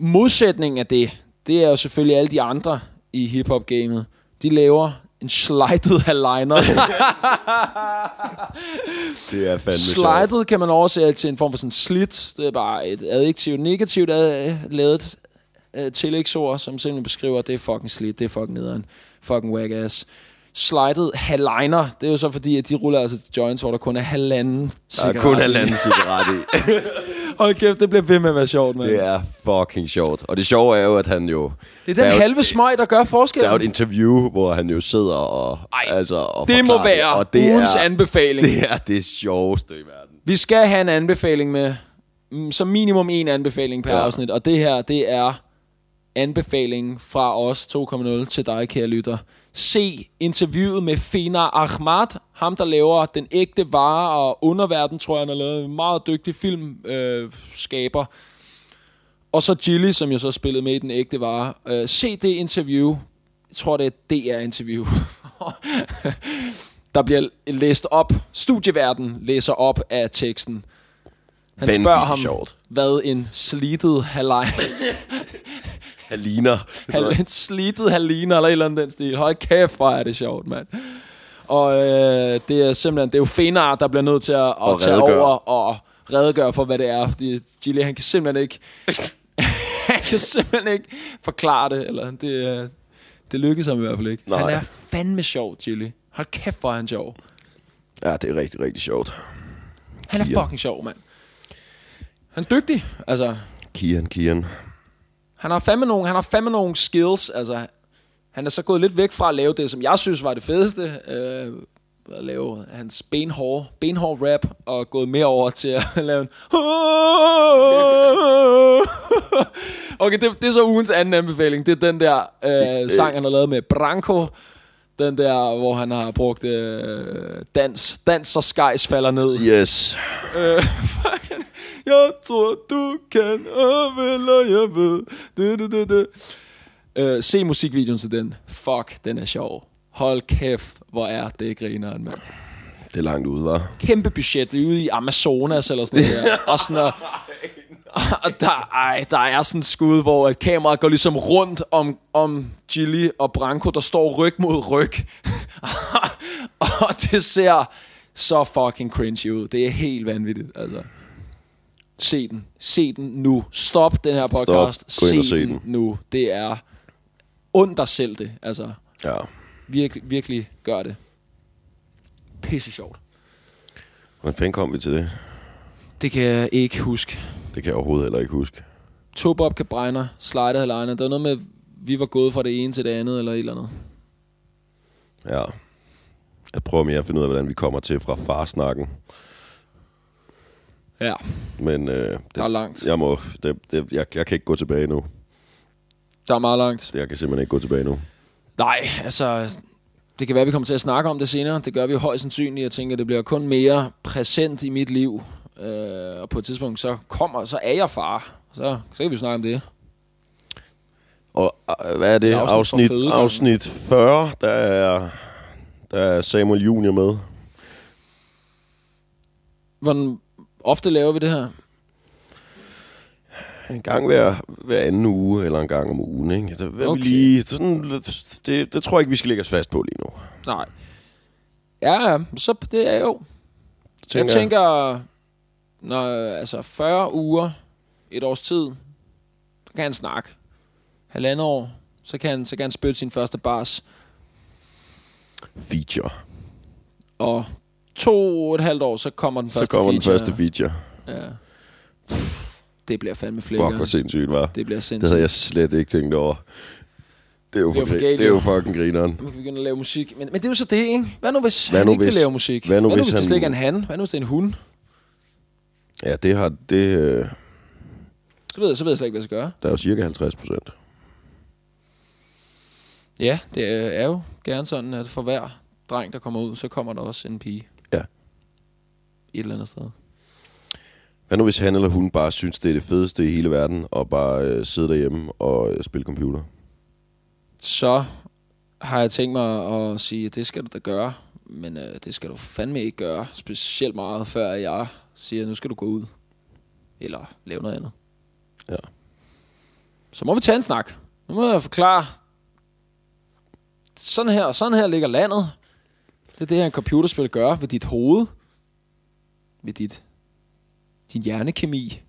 modsætningen af det, det er jo selvfølgelig alle de andre i hiphop-gamet. De laver en slidet haliner. Det er fandme sjovt. slidet kan man oversætte til en form for sådan slidt. Det er bare et adjektiv, negativt ad, lavet øh, tillægsord, som simpelthen beskriver, at det er fucking slidt, det er fucking nederen, fucking whack ass. Slidet haliner, det er jo så fordi, at de ruller altså joints, hvor der kun er halvanden Der cigaret. er kun halvanden cigaret i. Hold kæft, det bliver ved med at være sjovt, mand. Det er fucking sjovt. Og det sjove er jo, at han jo... Det der er jo- den halve smøg, der gør forskellen. Der er jo et interview, hvor han jo sidder og... Ej, altså, og det må forklarer være ugens anbefaling. Det er det sjoveste i verden. Vi skal have en anbefaling med, mm, som minimum en anbefaling per ja. Ja. afsnit, og det her, det er anbefalingen fra os 2.0 til dig, kære lytter. Se interviewet med Fina Ahmad, ham der laver Den ægte vare og underverden, tror jeg, han har lavet en meget dygtig filmskaber. Øh, skaber. og så Gilly, som jeg så spillede med i Den ægte vare. Øh, se det interview. Jeg tror, det er et DR-interview. der bliver læst op. Studieverden læser op af teksten. Han Vanvittigt spørger ham, sjovt. hvad en slitet halvleg Han ligner... Hal- en slitet haliner eller et eller andet den stil. Hold kæft, hvor er det sjovt, mand. Og øh, det er simpelthen, det er jo Fenar, der bliver nødt til at, at Og tage redegøre. over og redegøre for, hvad det er. Fordi Gilly, han kan simpelthen ikke, han kan simpelthen ikke forklare det. Eller det, øh, det lykkes ham i hvert fald ikke. Nej. Han er fandme sjov, Gilly. Hold kæft, hvor er han sjov. Ja, det er rigtig, rigtig sjovt. Han er Ja. fucking sjov, mand. Han er dygtig, altså. Kian, Kian. Han har fandme nogle, han har fandme nogle skills, altså. Han er så gået lidt væk fra at lave det, som jeg synes var det fedeste. Øh, at lave hans benhårde, benhård rap, og gået mere over til at lave en... Okay, det, det er så ugens anden anbefaling. Det er den der øh, sang, han har lavet med Branko. Den der, hvor han har brugt øh, dans. Dans, så skejs falder ned. Yes. Øh, fucking, jeg tror, du kan, og vel, og jeg ved. Du, du, du, du. Øh, se musikvideoen til den. Fuck, den er sjov. Hold kæft, hvor er det grineren, mand. Det er langt ude, var. Kæmpe budget, det er ude i Amazonas eller sådan noget. Der. Og sådan noget. Og der, ej, der er sådan et skud, hvor et kameraet går ligesom rundt om, om Gilly og Branko, der står ryg mod ryg. og det ser så fucking cringy ud. Det er helt vanvittigt, altså. Se den. Se den nu. Stop den her podcast. Gå ind og se den. nu. Det er ond dig selv det, altså. Ja. Virkelig, virkelig gør det. Pisse sjovt. Hvordan fanden kom vi til det? Det kan jeg ikke huske. Det kan jeg overhovedet heller ikke huske. To Bob Cabriner, Slider Helena. Der var noget med, vi var gået fra det ene til det andet, eller et eller andet. Ja. Jeg prøver mere at finde ud af, hvordan vi kommer til fra farsnakken. Ja, Men øh, der er det, langt. jeg, må, det, det, jeg, jeg kan ikke gå tilbage nu. Der er meget langt. Det- Jeg kan simpelthen ikke gå tilbage nu. Nej, altså... Det kan være, vi kommer til at snakke om det senere. Det gør vi jo højst sandsynligt. Jeg tænker, det bliver kun mere præsent i mit liv. Øh, og på et tidspunkt, så kommer, så er jeg far. Så, så kan vi jo snakke om det. Og øh, hvad er det? Det er afsnit Afsnit, fra fødegangen. afsnit 40, der er, der er Samuel Junior med. Hvordan ofte laver vi det her? En gang hver, hver anden uge, eller en gang om ugen. Ikke? Altså, hvad okay. Okay. vi lige, det, er sådan, lidt- det, det tror jeg ikke, vi skal lægge os fast på lige nu. Nej. Ja, ja, så det er jo. Det Jeg jeg. tænker, når, altså 40 uger, et års tid, så kan han snakke. Halvandet år, så kan han, så kan han spytte sin første bars. Feature. Og to og et halvt år, så kommer den Så første kommer den feature. første feature. Ja. Det bliver fandme flere. Fuck, hvor sindssygt, var. det bliver Det sindssygt. havde jeg slet ikke tænkt over. Det er jo, Det er jo for, for det galt, er jo jo. fucking grineren. Man kan begynde at lave musik. Men, men det er jo så det, ikke? Hvad nu, hvis Hvad han nu, ikke hvis- vil lave musik? hvad nu, hvad nu hvis hvis det han- slet ikke er en han? Hvad nu, hvis det er en hund? Ja, det har det, øh, Så ved jeg, så ved jeg slet ikke, hvad jeg skal gøre. der er jo cirka 50 procent. Ja, det øh, er jo gerne sådan, at for hver dreng, der kommer ud, så kommer der også en pige. Ja. Et eller andet sted. Hvad nu hvis han eller hun bare synes, det er det fedeste i hele verden, og bare øh, sidde derhjemme og øh, spille computer? Så har jeg tænkt mig at sige, at det skal du da gøre, men øh, det skal du fandme ikke gøre specielt meget, før jeg siger, at nu skal du gå ud. Eller lave noget andet. Ja. Så må vi tage en snak. Nu må jeg forklare. Sådan her, sådan her ligger landet. Det er det her, en computerspil gør ved dit hoved. Ved dit, din hjernekemi.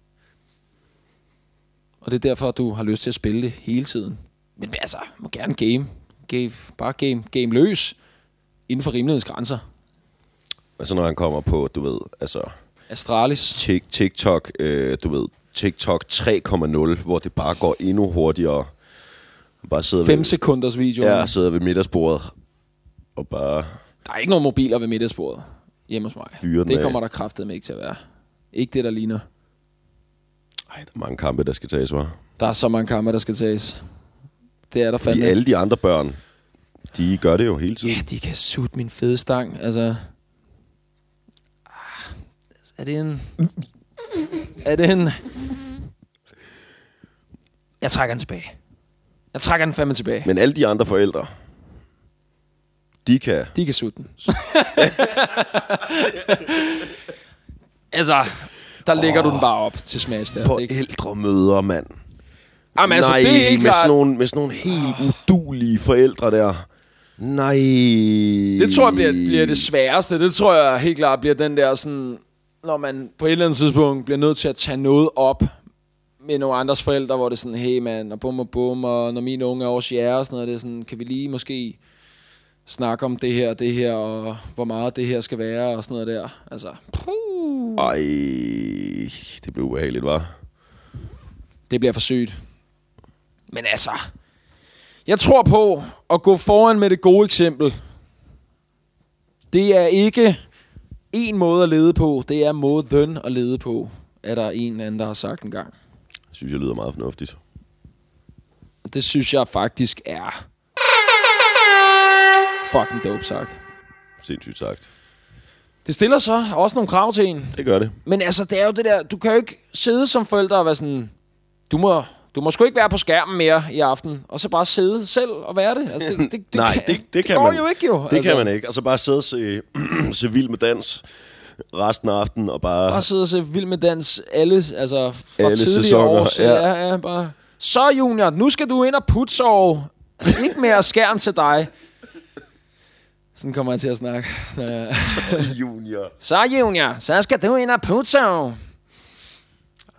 Og det er derfor, at du har lyst til at spille det hele tiden. Men altså, må gerne game. game bare game, game løs. Inden for rimelighedens grænser. Altså når han kommer på, du ved, altså Astralis. tik- TikTok, øh, du ved, TikTok 3.0, hvor det bare går endnu hurtigere. Bare sidder 5 ved, sekunders video. ja, sidder ved middagsbordet og bare... Der er ikke nogen mobiler ved middagsbordet hjemme hos mig. Fyre den det af. kommer der kraftedeme ikke til at være. Ikke det, der ligner. Ej, der er mange kampe, der skal tages, var. Der er så mange kampe, der skal tages. Det er der Fordi fandme. alle de andre børn, de gør det jo hele tiden. Ja, de kan sutte min fede stang. Altså... Ah, Er det en... Er det en... Jeg trækker den tilbage. Jeg trækker den fandme tilbage. Men alle de andre forældre, de kan... De kan sutte den. altså, der lægger oh, du den bare op til smags der. Det er- Forældremøder, mand. Jamen, altså, Nej, det er ikke med klart. sådan, nogle, med sådan nogle helt udulige forældre der. Nej. Det tror jeg bliver, bliver det sværeste. Det tror jeg helt klart bliver den der sådan, når man på et eller andet tidspunkt bliver nødt til at tage noget op med nogle andres forældre, hvor det er sådan, hey mand, og bum og bum, og når mine unge er også jer, og sådan noget, det er sådan, kan vi lige måske snakke om det her og det her, og hvor meget det her skal være, og sådan noget der. Altså, puh, Ej, det blev ubehageligt, var. det bliver for sygt. Men altså, jeg tror på at gå foran med det gode eksempel. Det er ikke en måde at lede på, det er måden at lede på, er der en eller anden, der har sagt en gang. Jeg synes, jeg lyder meget fornuftigt. Og det synes jeg faktisk er fucking dope sagt. Sindssygt sagt. Det stiller så også nogle krav til en. Det gør det. Men altså, det er jo det der, du kan jo ikke sidde som forælder og være sådan, du må, du må sgu ikke være på skærmen mere i aften, og så bare sidde selv og være det. Altså, det, det, det Nej, kan, det, det, kan går man. jo Altså, ikke jo. Det altså. kan man ikke. Altså bare sidde og se, se vild med dans. resten af aftenen og bare... Bare sidde og se Vild med Dans alle, altså fra Alle alle tidligere sæsoner, år. Så, ja. ja. ja, bare. Så Junior, nu skal du ind og putte sove. Ikke mere skærm til dig. Sådan kommer jeg til at snakke. når jeg- junior. Så Junior, så skal du ind og putte sove.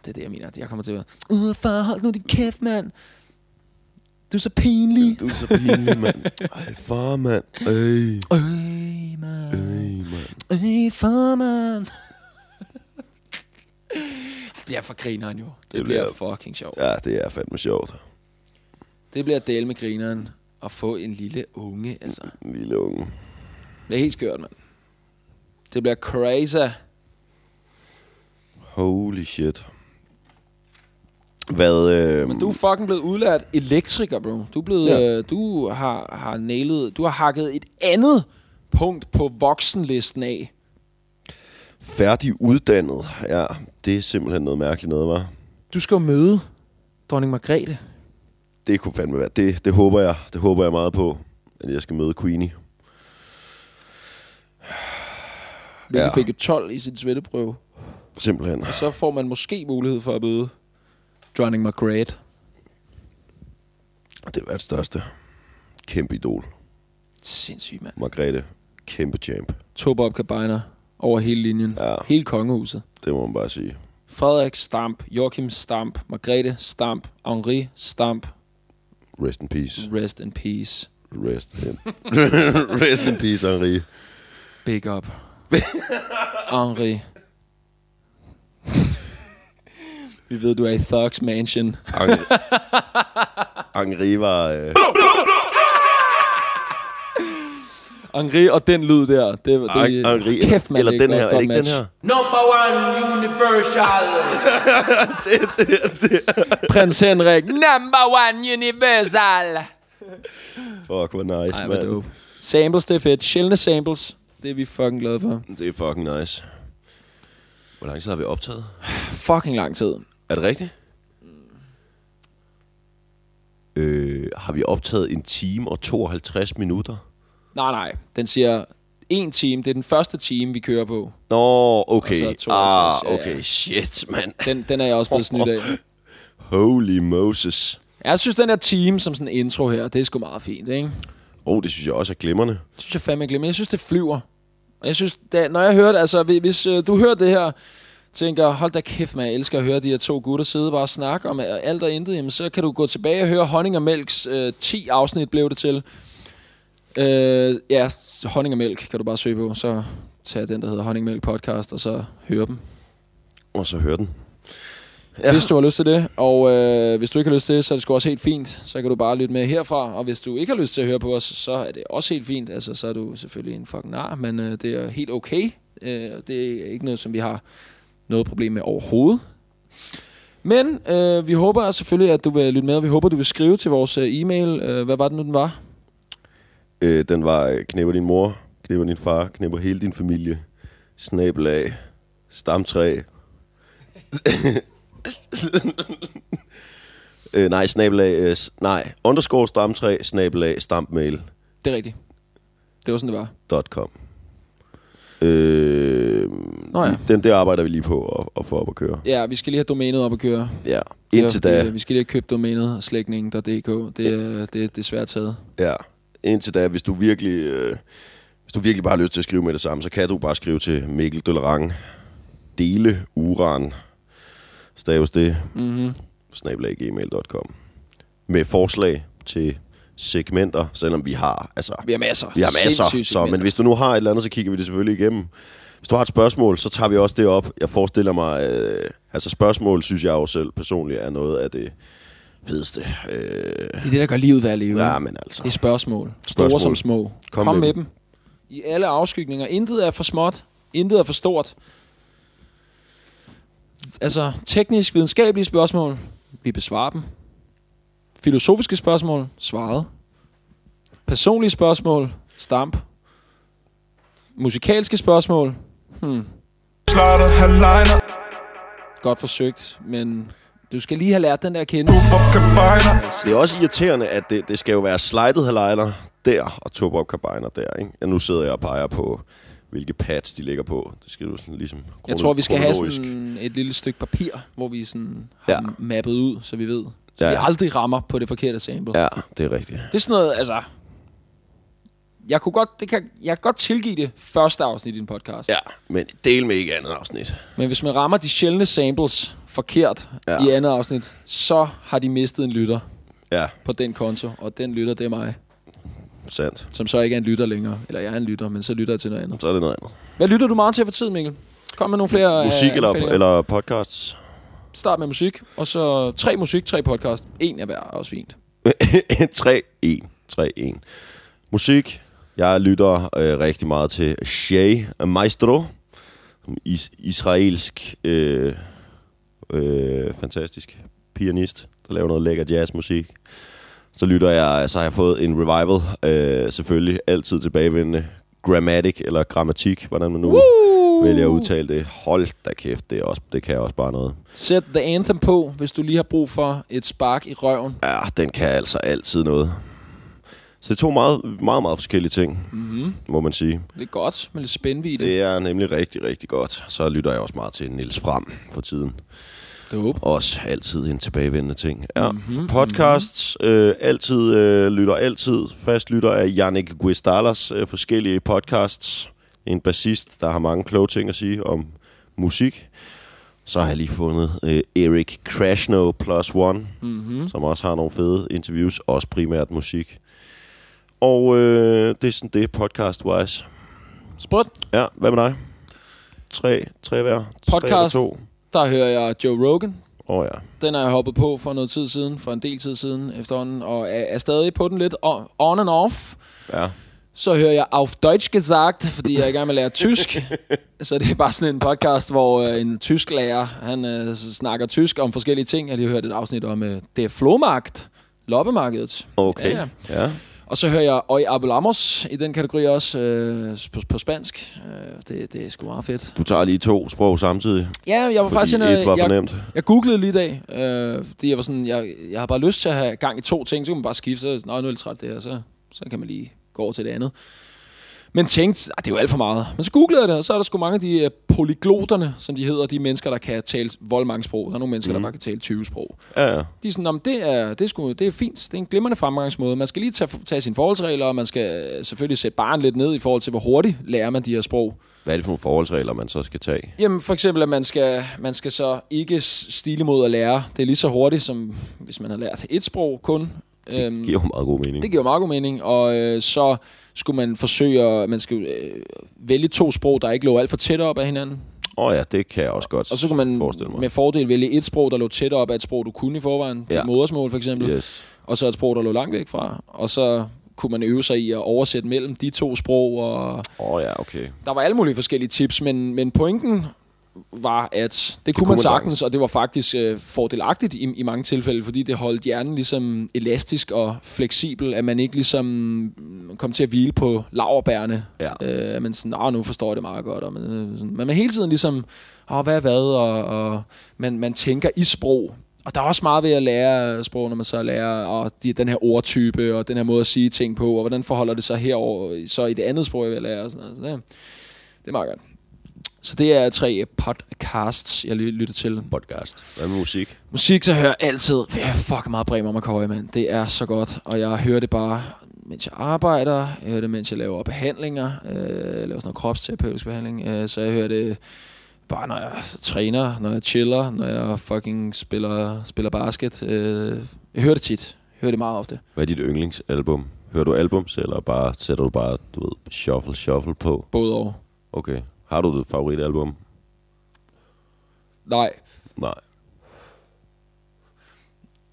Det er det, jeg mener. Jeg kommer til at være... Ude far, hold nu din kæft, mand. Du er så pinlig. Du er så pinlig, mand. Ej, far, mand. Øj, Øj, mand. øj, mand. Øj, far, mand. Det bliver for grineren jo. Det, det bliver, bliver- fucking sjovt. Ja, det er fandme sjovt. Det bliver at dele med grineren at få en lille unge, altså. En lille unge. Det er helt skørt, mand. Det bliver crazy. Holy shit. Hvad, øh, Men du er fucking blevet udlært elektriker, bro. Du, er blevet, Ja. ja. øh, du har, har nailet, du har hakket et andet punkt på voksenlisten af. færdig uddannet. Ja, det er simpelthen noget mærkeligt noget, var. Du skal jo møde dronning Margrethe. Det kunne fandme være. Det, det håber jeg. Det håber jeg meget på, at jeg skal møde Queenie. Hvilket Ja. ja. fik jo 12 i sin svetteprøve. Simpelthen. Så får man måske mulighed for at møde dronning Margrethe. Det var det største. Kæmpe idol. Sindssygt, mand. Margrethe. Kæmpe champ. Tobob Kabiner over hele linjen. Ja. Ja. Hele kongehuset. Det må man bare sige. Frederik Stamp, Joachim Stamp, Margrethe Stamp, Henri Stamp, Rest in peace. rest in peace. Rest in, Rest in peace, Henri. Big up. Henri. Vi ved, du er i Thugs Mansion. Henri, Henri var... Øh, Henri og den lyd der. Det, det, Henri, kæft, man, eller det er den et her, godt er det ikke den match. her? Number one universal. Prins Henrik. Number one universal. Fuck, hvor nice, Nej, hvor mand. dope. Samples, det er fedt. Sjældne samples. Det er vi fucking glade for. Det er fucking nice. Hvor lang tid har vi optaget? Fucking lang tid. Er det rigtigt? Mm. Øh, har vi optaget en time og 52 minutter? Nej, nej. Den siger en time. Det er den første time, vi kører på. Nå, okay. Og så 52, Ah, ja, ja. okay. Shit, mand. Den, den er jeg også blevet snydt af. Holy Moses. Jeg synes, den der time som sådan en intro her, det er sgu meget fint, ikke? Åh, oh, det synes jeg også er glimrende. Det synes jeg fandme ikke, men jeg synes, det flyver. Og jeg synes, da, når jeg hører det, altså hvis- hvis øh, du hører det her, tænker, hold da kæft, man, jeg elsker at høre de her to gutter sidde bare og snakke om øh, alt og intet, jamen, så kan du gå tilbage og høre Honning og Mælks øh, 10 afsnit blev det til. Øh, ja, Honning og Mælk kan du bare søge på, så tag den, der hedder Honning og Mælk podcast, og så høre dem. Og så hør den. Ja. Hvis du har lyst til det, og øh, hvis du ikke har lyst til det, så er det sgu også helt fint. Så kan du bare lytte med herfra, og hvis du ikke har lyst til at høre på os, så er det også helt fint. Altså, så er du selvfølgelig en fucking nar, men øh, det er helt okay. Øh, og det er ikke noget, som vi har noget problem med overhovedet. Men øh, vi håber selvfølgelig, at du vil lytte med, og vi håber, du vil skrive til vores øh, e-mail. Øh, hvad var det nu, den var? Øh, den var, øh, knæpper din mor, knæpper din far, knæpper hele din familie. Snabel af. Stamtræ. øh, nej, snabel af. Øh, s- nej, underscore stamtræ, snabel af, stampmail.com. Det er rigtigt. Det var sådan, det var. Øh, Nå ja. Den der arbejder vi lige på at, at få op at køre. Ja, vi skal lige have domænet op at køre. øh, Ja, indtil Det er fordi, da. Vi skal lige have købt domænet slægtningen.dk. Det, er- det, det er svært taget. Ja, indtil da, hvis du virkelig... Øh, hvis du virkelig bare har lyst til at skrive med det samme, så kan du bare skrive til Mikkel Døllerang. Dele uran. Staves det. Mm-hmm. snabelaggmail.com med forslag til segmenter, selvom vi har, altså, Vi har masser. vi har masser, Sindssygt så, men segmenter. hvis du nu har et eller andet, så kigger vi det selvfølgelig igennem. Hvis du har et spørgsmål, så tager vi også det op. Jeg forestiller mig, øh, altså spørgsmål, synes jeg jo selv personligt, er noget af det fedeste. Øh, Det er det, der gør livet værd at leve. ja, Ja, men det er altså, spørgsmål. Store Spørgsmål. som små. Kom, Kom med, med dem. I alle afskygninger. Intet er for småt. Intet er for stort. Altså, teknisk, videnskabelige spørgsmål. Vi besvarer dem. Filosofiske spørgsmål. Svaret. Personlige spørgsmål. Stamp. Musikalske spørgsmål. Hmm. Slaughter Helena Godt forsøgt, men du skal lige have lært den der at kende. Du fucking beiner det er også irriterende, at det, det skal jo være slidet halejner der, og Tobop Kabiner der, ikke? Ja, nu sidder jeg og peger på hvilke pads de ligger på. Det skal du sådan ligesom Jeg krono- tror, vi skal have kronologisk. sådan et lille stykke papir, hvor vi sådan har Ja. ja. mappet ud, så vi ved. Så Ja. ja. vi aldrig rammer på det forkerte sample. Ja. Ja, det er rigtigt. Det er sådan noget, altså... Jeg kunne godt, det kan, jeg kan godt tilgive det første afsnit i en podcast. Ja, men del med ikke andet afsnit. Men hvis man rammer de sjældne samples forkert Ja. ja. i andet afsnit, så har de mistet en lytter Ja, på den konto, og den lytter, det er mig, sandt. som så ikke er en lytter længere. Eller jeg er en lytter, men så lytter jeg til noget andet. Så er det noget andet. Hvad lytter du meget til for tiden, Mikkel? Kom med nogle flere Musik øh, eller, anbefalinger. eller podcasts? Start med musik, og så tre musik, tre podcast. En af hver er også fint. 3-1. 3-1. Musik. Jeg lytter øh, rigtig meget til Shay Maestro. som Is- israelsk, øh, øh, fantastisk pianist, der laver noget lækker jazzmusik. Så lytter jeg, så har jeg fået en revival, øh, selvfølgelig altid tilbagevendende. Grammatic eller grammatik, hvordan man nu Woo! vælger at udtale det. Hold da kæft, det, er også, det kan jeg også bare noget. Sæt The Anthem på, hvis du lige har brug for et spark i røven. Ja, den kan altså altid noget. Så det er to meget, meget, meget forskellige ting, mm-hmm. må man sige. Det er godt, men lidt spændvidde. Det. Det er nemlig rigtig, rigtig godt. Så lytter jeg også meget til Nils Fram for tiden. Dope. Også altid en tilbagevendende ting. Ja. Mm-hmm. Podcasts, øh, altid, øh, lytter altid. Fast lytter af Jannik Guistalas øh, forskellige podcasts. En bassist, der har mange kloge ting at sige om musik. Så har jeg lige fundet øh, Erik Krashno Plus One, Mhm. mm-hmm. som også har nogle fede interviews, også primært musik. Og øh, det er sådan det podcast-wise. Sprut. Ja, hvad med dig? Tre, tre hver. Podcast. Tre eller to. Der hører jeg Joe Rogan. Åh oh, ja. Den har jeg hoppet på for noget tid siden, for en del tid siden efterhånden, og er, er stadig på den lidt on, on and off. Ja. Så hører jeg Auf Deutsch gesagt, fordi jeg er i gang med at lære tysk. så det er bare sådan en podcast, hvor øh, en tysk lærer, han øh, snakker tysk om forskellige ting. Jeg har lige hørt et afsnit om øh, Det Flomagt, loppemarkedet. Okay. Ja, ja. ja. Og så hører jeg Oi Abelamos i den kategori også øh, på, på spansk. Øh, det, det er sgu meget fedt. Du tager lige to sprog samtidig. Ja, jeg var Fordi faktisk... inde- et var for øh, jeg, nemt. Jeg googlede lige i dag, øh, fordi jeg var sådan, jeg, jeg har bare lyst til at have gang i to ting, så kan man bare skifte, så Nå, nu er jeg lidt træt af det her, så, så kan man lige gå over til det andet. Men tænkte, "Ah, det er jo alt for meget. Men så googlede jeg det, og så er der sgu mange af de øh, polygloterne, som de hedder, de mennesker, der kan tale vold mange sprog. Der er nogle mennesker, mm. der bare kan tale 20 sprog. Ja, ja. De er sådan, "Nå, men det er, det, er sgu, det er fint, det er en glimrende fremgangsmåde. Man skal lige tage, tage sine forholdsregler, og man skal øh, selvfølgelig sætte barn lidt ned i forhold til, hvor hurtigt lærer man de her sprog. Hvad er det for nogle forholdsregler, man så skal tage? Jamen for eksempel, at man skal, man skal så ikke s- stile mod at lære. Det er lige så hurtigt, som hvis man har lært et sprog kun. Øhm, Det giver jo meget god mening. det giver meget god mening. Og øh, så skulle man forsøge at man skulle, øh, vælge to sprog, der ikke lå alt for tæt op af hinanden. Åh oh, ja, det kan jeg også godt Og så kunne man forestille mig. med fordel vælge et sprog, der lå tæt op af et sprog, du kunne i forvejen. Ja. Ja. Dit modersmål for eksempel. Yes. Og så et sprog, der lå langt væk fra. Og så kunne man øve sig i at oversætte mellem de to sprog. Og Åh oh, ja, okay. der var alle mulige forskellige tips, men, men pointen var, at det, det kunne man sagtens, og det var faktisk øh, fordelagtigt i, i mange tilfælde, fordi det holdt hjernen ligesom elastisk og fleksibel, at man ikke ligesom mm, kom til at hvile på laverbærene. Ja. Øh, at man sådan, "Nå, nu forstår jeg det meget godt. Og man, øh, sådan, men man hele tiden ligesom, Åh, hvad er hvad, og, og man, man tænker i sprog. Og der er også meget ved at lære øh, sprog, når man så lærer og de, den her ordtype, og den her måde at sige ting på, og hvordan forholder det sig herover så i det andet sprog, jeg vil lære. Og sådan noget. Så det, det er meget godt. Så det er tre podcasts, jeg ly- lytter til. Podcast. Hvad med musik? Musik, så hører jeg altid jeg hører fucking meget Bremer McCoy, mand. Det er så godt, og jeg hører det bare, mens jeg arbejder, jeg hører det, mens jeg laver behandlinger, øh, jeg laver sådan noget kropsterapeutisk behandling, øh, så jeg hører det bare, når jeg træner, når jeg chiller, når jeg fucking spiller, spiller basket. Øh, jeg hører det tit. Jeg hører det meget ofte. Hvad er dit yndlingsalbum? Hører du albums, eller bare sætter du bare, du ved, shuffle, shuffle på? Både og. Okay. Har du et favoritalbum? Nej. Nej.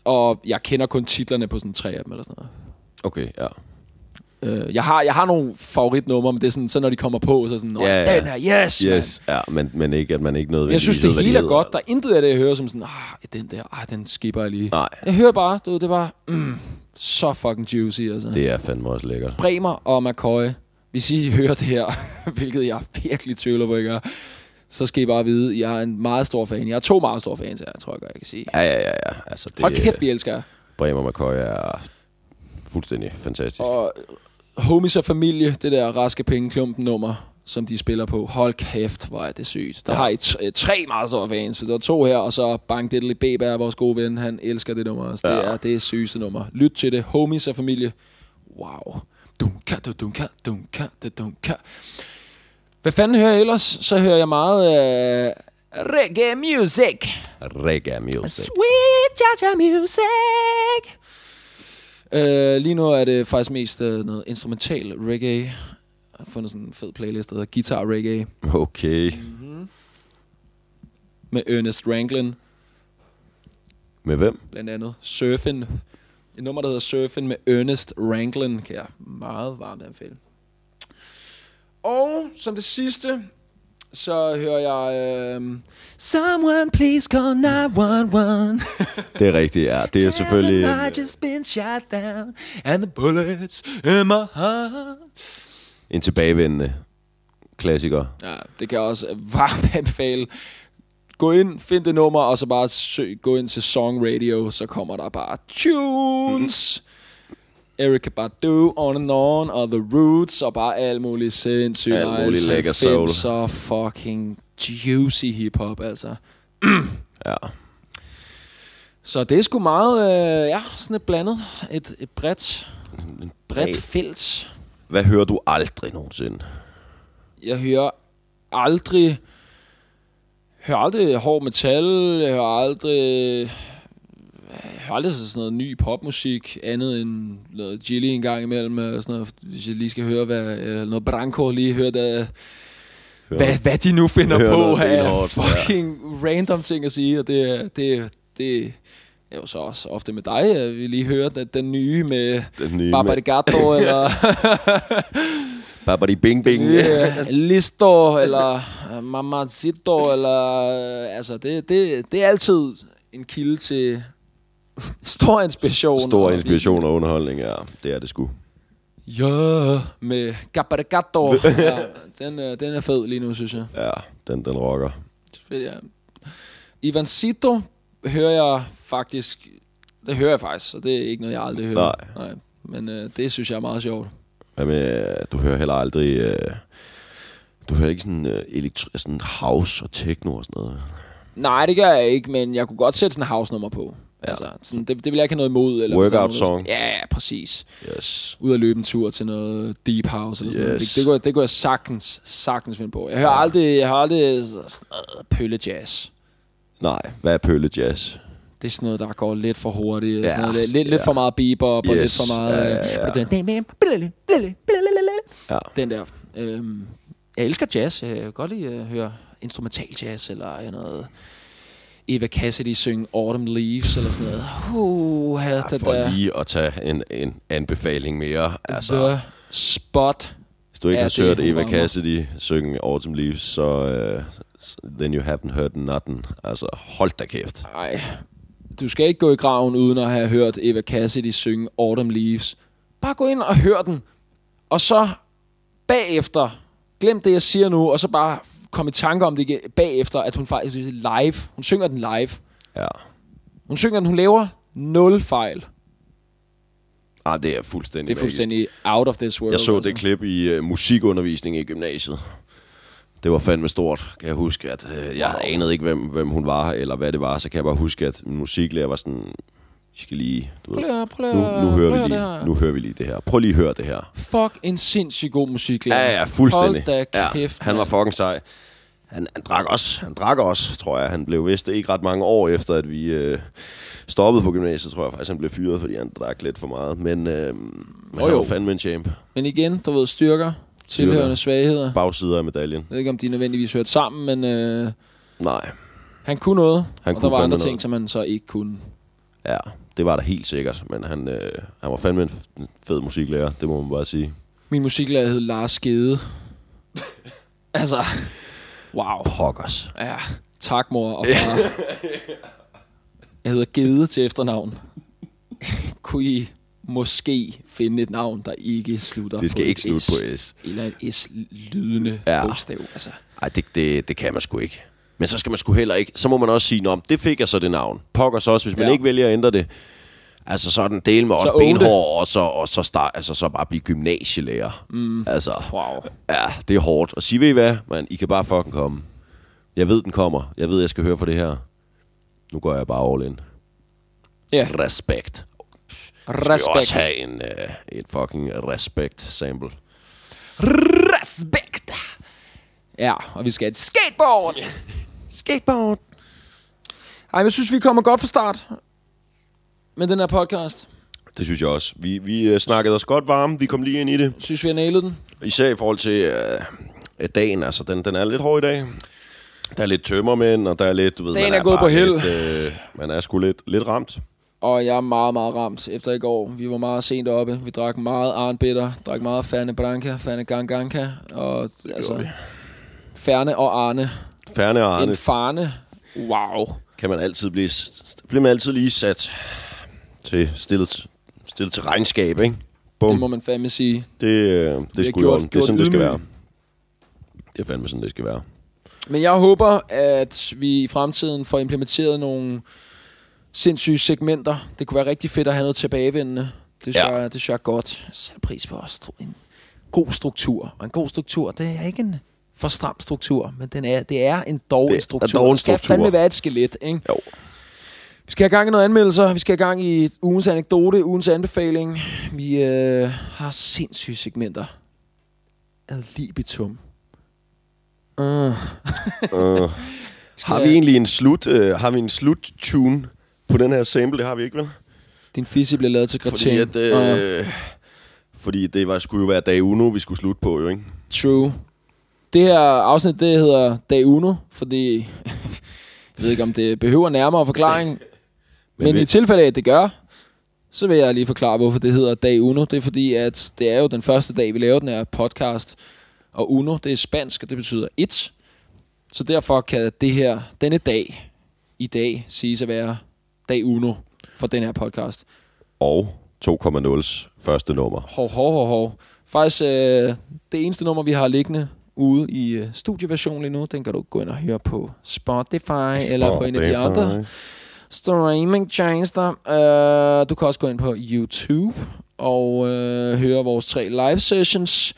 Og jeg kender kun titlerne på sådan tre af dem eller sådan noget. Okay, ja. Øh, jeg, har, jeg har nogle favoritnumre, men det er sådan, så når de kommer på, så er sådan, Ja, ja, ja. ja. den her, yes, yes. Yes, ja, men, men ikke, at man ikke Men jeg nødvendigvis synes, ved, det hvad de hele er hedder. godt. Der er intet af det, jeg hører som sådan, ah, den der, ah, den skipper jeg lige. Nej. Jeg hører bare, du ved, det var mm, så fucking juicy, altså. Det. Det er fandme også lækkert. Bremer og McCoy, hvis I hører det her, hvilket jeg virkelig tvivler på, ikke er, så skal I bare vide, jeg er en meget stor fan. Jeg er to meget store fans her, tror jeg godt, jeg kan sige. Ja, ja, ja, ja. Altså, det, Hold kæft, vi elsker jer. Bremer McCoy er fuldstændig fantastisk. øh, Og homies og familie, det der raske penge klumpen nummer. som de spiller på. Hold kæft, hvor er det sygt. Der ja. har I t- øh, tre meget store fans, for der er to her, og så Bang Diddley B. er vores gode ven. Han elsker det nummer også. Ja. Det Ja. er det sygeste nummer. Lyt til det. Homies og familie. Wow. Dunka, du, dunka, dunka, du, dunka. Hvad fanden hører jeg ellers? Så hører jeg meget øh, reggae music. Reggae music. Sweet Jaja Music. Øh, lige nu er det faktisk mest øh, noget instrumental reggae. Jeg har fundet sådan en fed playlist, der hedder Guitar Reggae Okay. Mhm. med Ernest Ranglin, Med hvem? blandt andet. Surfin. Et nummer, der hedder Surfin med Ernest Ranglin, kan jeg meget varmt anbefale. Og som det sidste, så hører jeg... Øh, Someone please call 911. Det er rigtigt, ja. Det er selvfølgelig... Tell 'em I just been shot down, and the bullets in my heart. en tilbagevendende klassiker. Ja, det kan jeg også varmt anbefale. Gå ind, find det nummer, og så bare søg, gå ind til Song Radio, så kommer der bare tunes. Mhm. Erika Badu, On and On, og The Roots, og bare alt muligt sindssygt. Alt muligt nice lækker soul. 90'er fucking juicy hiphop, altså. Ja. Så det er sgu meget, øh, ja, sådan et blandet, et, et bredt, bredt bred- felt. Hvad hører du aldrig nogensinde? Jeg hører aldrig... Hører aldrig hård metal, jeg hører aldrig... Jeg hører aldrig sådan noget ny popmusik, andet end noget Gilly en gang imellem, og sådan noget, hvis jeg lige skal høre, hvad, eller noget Branko lige høre, der, hvad, hvad de nu finder Hører noget på af benhårdt, ja. fucking random ting at sige, og det, er- det, det er jo så også ofte med dig, at vi lige hører den, den nye med Den nye Barbara med- Gato, eller Babadi Bing Bing. Yeah. Listo, eller øh, Mamacito, eller... øh, Altså, det, det, det er altid en kilde til stor inspiration. Stor inspiration og underholdning, ja. Det er det sgu. Ja, med Gabargato. ja, den, er, den er fed lige nu, synes jeg. Ja, den, den rocker. Fed, ja. Ivancito hører jeg faktisk... Det hører jeg faktisk, og det er ikke noget, jeg aldrig hører. Nej. Nej. Men øh, det synes jeg er meget sjovt. Hvad med, øh, du hører heller aldrig... Øh, du hører ikke sådan, øh, elektri- sådan house og techno og sådan noget. Nej, det gør jeg ikke, men jeg kunne godt sætte sådan et house-nummer på. Ja. Altså, sådan, det, det vil jeg ikke have noget imod. Eller Workout hvis der er nogen, der- song. Ja, ja, præcis. Yes. Ud at løbe en tur til noget deep house eller sådan noget. Yes. Det, det, kunne, jeg- det kunne jeg sagtens, sagtens finde på. Jeg hører aldrig, jeg hører aldrig sådan noget pølle jazz. Nej, hvad er pølle jazz? Det er sådan noget, der går lidt for hurtigt. Ja, altså, Ja, sådan noget, lidt, lidt ja. lidt for meget bebop, yes. og lidt Yes, for meget... ja, ja, ja. øh, den- Ja. Den der. Øhm, jeg elsker jazz. Jeg kan godt lide at høre instrumental jazz, eller noget... Eva Cassidy synge Autumn Leaves, eller sådan noget. Uh, her, det For der... lige at tage en, en anbefaling mere. Altså, The spot. hvis du ikke Ja, har det er hørt hun Eva rammer. Cassidy synge Autumn Leaves, så øh, s- then you haven't heard nothing. Altså, hold da kæft. Ej, du skal ikke gå i graven uden at have hørt Eva Cassidy synge Autumn Leaves. Bare gå ind og hør den, og så bagefter, glem det jeg siger nu, og så bare kom i tanke om det igen bagefter, at hun faktisk live, hun synger den live. Ja. Hun synger den, hun laver nul fejl. Ah, det er fuldstændig Det er magisk. fuldstændig out of this world. Jeg så altså. det klip i uh, musikundervisning i gymnasiet. Det var fandme stort, kan jeg huske. At, uh, jeg anede ikke, hvem, hvem hun var, eller hvad det var. Så kan jeg bare huske, at min musiklærer var sådan... I skal lige... Du Prøv ved, lige at- prøv nu, lige at- nu, prøv hører vi at det lige, her. nu hører vi lige det her. Prøv lige at høre det her. Fuck en sindssygt god musiklærer. Ja, ja, fuldstændig. Hold da kæft. ja, han var mand. fucking sej. Han, han drak også, han drak også, tror jeg. Han blev vist ikke ret mange år efter, at vi øh, stoppede på gymnasiet, tror jeg faktisk, han blev fyret, fordi han drak lidt for meget. Men, øh, men han jo. var fandme en champ. Men igen, du ved, styrker, tilhørende svagheder. Bagsider af medaljen. Jeg ved ikke, om de nødvendigvis hørte sammen, men øh, Nej, han kunne noget. Han og der kunne var fandme andre ting, noget. som han så ikke kunne. ja, det var der helt sikkert, men han, øh, han var fandme en f- fed musiklærer, det må man bare sige. Min musiklærer hed Lars Skede. altså, wow. Pokkers. Ja, tak mor og far. Jeg hedder Gede til efternavn. Kunne I måske finde et navn, der ikke slutter Det skal på ikke et slutte på S. Eller et S-lydende Ja. ja. bogstav. Altså, Ej, det, det, det kan man sgu ikke. Men så skal man sgu heller ikke, så må man også sige, om det fik jeg så det navn. Pokkers også, hvis man Ja. ikke vælger at ændre det. Altså sådan del med også otte. benhår, og så, og så, start, altså, så bare blive gymnasielærer. Mm. Altså, Wow. ja, det er hårdt. Og sige, ved I hvad, man, I kan bare fucking komme. Jeg ved, den kommer. Jeg ved, jeg skal høre for det her. Nu går jeg bare all in. Ja, Respekt. Vi skal jo også respekt. have en, øh, et fucking respekt sample. Respekt. Ja, og vi skal have et skateboard. Skateboard. Ej, men jeg synes, vi kommer godt fra start med den her podcast. Det synes jeg også. Vi, vi øh, snakkede os godt varme. Vi kom lige ind i det. Synes vi har nailet den. Især i forhold til øh, at dagen, altså den, den er lidt hård i dag. Der er lidt tømmermænd, og der er lidt, du ved, Dagen man er gået bare på held. Lidt, øh, man er sgu lidt, lidt ramt. Og jeg er meget, meget ramt efter i går. Vi var meget sent oppe. Vi drak meget Arnbitter, drak meget Ferne Branca, Ferne Ganganka. Og altså, Ferne og Arne. Færne og Arne En farne. Wow. kan man altid blive, st- st- bliver man altid lige sat til stillet, stillet til regnskab, ikke? Det Bum. må man fandme sige. Det, øh, det, det er har sgu gjort- gjort, Det er gjort sådan, det skal ydmyg. være. Det er fandme sådan, det skal være. Men jeg håber, at vi i fremtiden får implementeret nogle sindssyge segmenter. Det kunne være rigtig fedt at have noget tilbagevendende. Det synes, Ja. ja. jeg, det synes jeg er godt. Jeg sætter pris på også tror jeg, en god struktur. Og en god struktur, det er ikke en for stram struktur, men den er, det er en Det er dårlig struktur. dog en Det skal struktur. fandme være et skelet, ikke? Jo. Vi skal have gang i noget anmeldelser. Vi skal have gang i ugens anekdote, ugens anbefaling. Vi øh, har sindssyge segmenter. Ad libitum. Uh. Har vi egentlig en slut, øh, har vi en slut-tune på den her sample? Det har vi ikke, vel? Din fisse bliver lavet til Uh. Fordi, gratin. at, øh, fordi det var, skulle jo være dag uno, vi skulle slutte på, jo, ikke? True. Det her afsnit, det hedder Dag Uno, fordi... jeg ved ikke, om det behøver nærmere forklaring, men vi- i tilfælde af, at det gør, så vil jeg lige forklare, hvorfor det hedder Dag Uno. Det er fordi, at det er jo den første dag, vi laver den her podcast, og Uno, det er spansk, og det betyder et. Så derfor kan det her, denne dag, i dag, siges at være Dag Uno for den her podcast. Og 2,0's første nummer. Hov, hov, hov, hov. Faktisk øh, det eneste nummer, vi har liggende ude i øh, studieversion lige nu, den kan du gå ind og høre på Spotify eller på en af de andre streamingtjenester. Øh, du kan også gå ind på YouTube og øh, høre vores tre live sessions.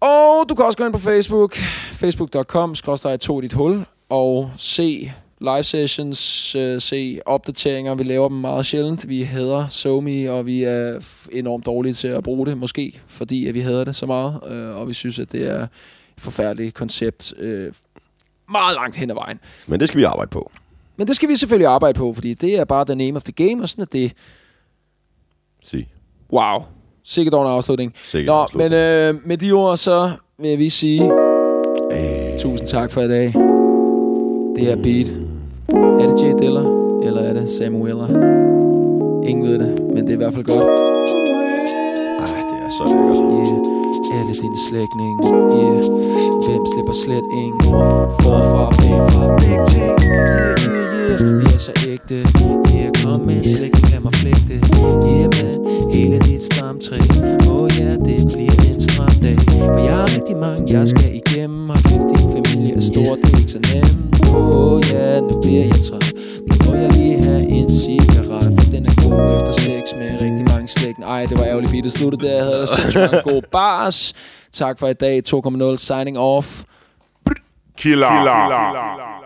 Og du kan også gå ind på Facebook, facebook.com, skråstrej to dit hul, og se live sessions, øh, se opdateringer. Vi laver dem meget sjældent. Vi hader SoMe, og vi er f- enormt dårlige til at bruge det, måske, fordi at vi hader det så meget, øh, og vi synes, at det er et forfærdeligt koncept øh, meget langt hen ad vejen. Men det skal vi arbejde på. Men det skal vi selvfølgelig arbejde på, fordi det er bare the name of the game, og sådan er det. Sig. Wow. Sikkert dog en afslutning. Sikkert Nå, en afslutning. men øh, med de ord, så vil vi sige Øh, tusind tak for i dag. Det her beat. Er det Jay Diller, eller er det Samuela? Ingen ved det, men det er i hvert fald godt. ej, det er så lækkert. Yeah, alle dine slægtninge Yeah, hvem slipper slet ingen Forfra, bagfra, big ting Yeah, yeah, yeah Jeg er så ægte Yeah, kom med en slægtning, lad mig flægte Yeah, man, hele dit stamtræ Åh oh, ja, det bliver en stram dag Men jeg har rigtig mange, jeg skal igennem Og kæft, din familie er stor, det er ikke så nemt Åh oh, ja, nu bliver jeg træt Nu må jeg lige have en cigaret For den er god efter sex med rigtig mange slægten Ej, det var ærgerligt, vi det sluttede der Jeg havde ellers sindssygt mange gode bars Tak for i dag, 2.0 signing off Killer. Killer.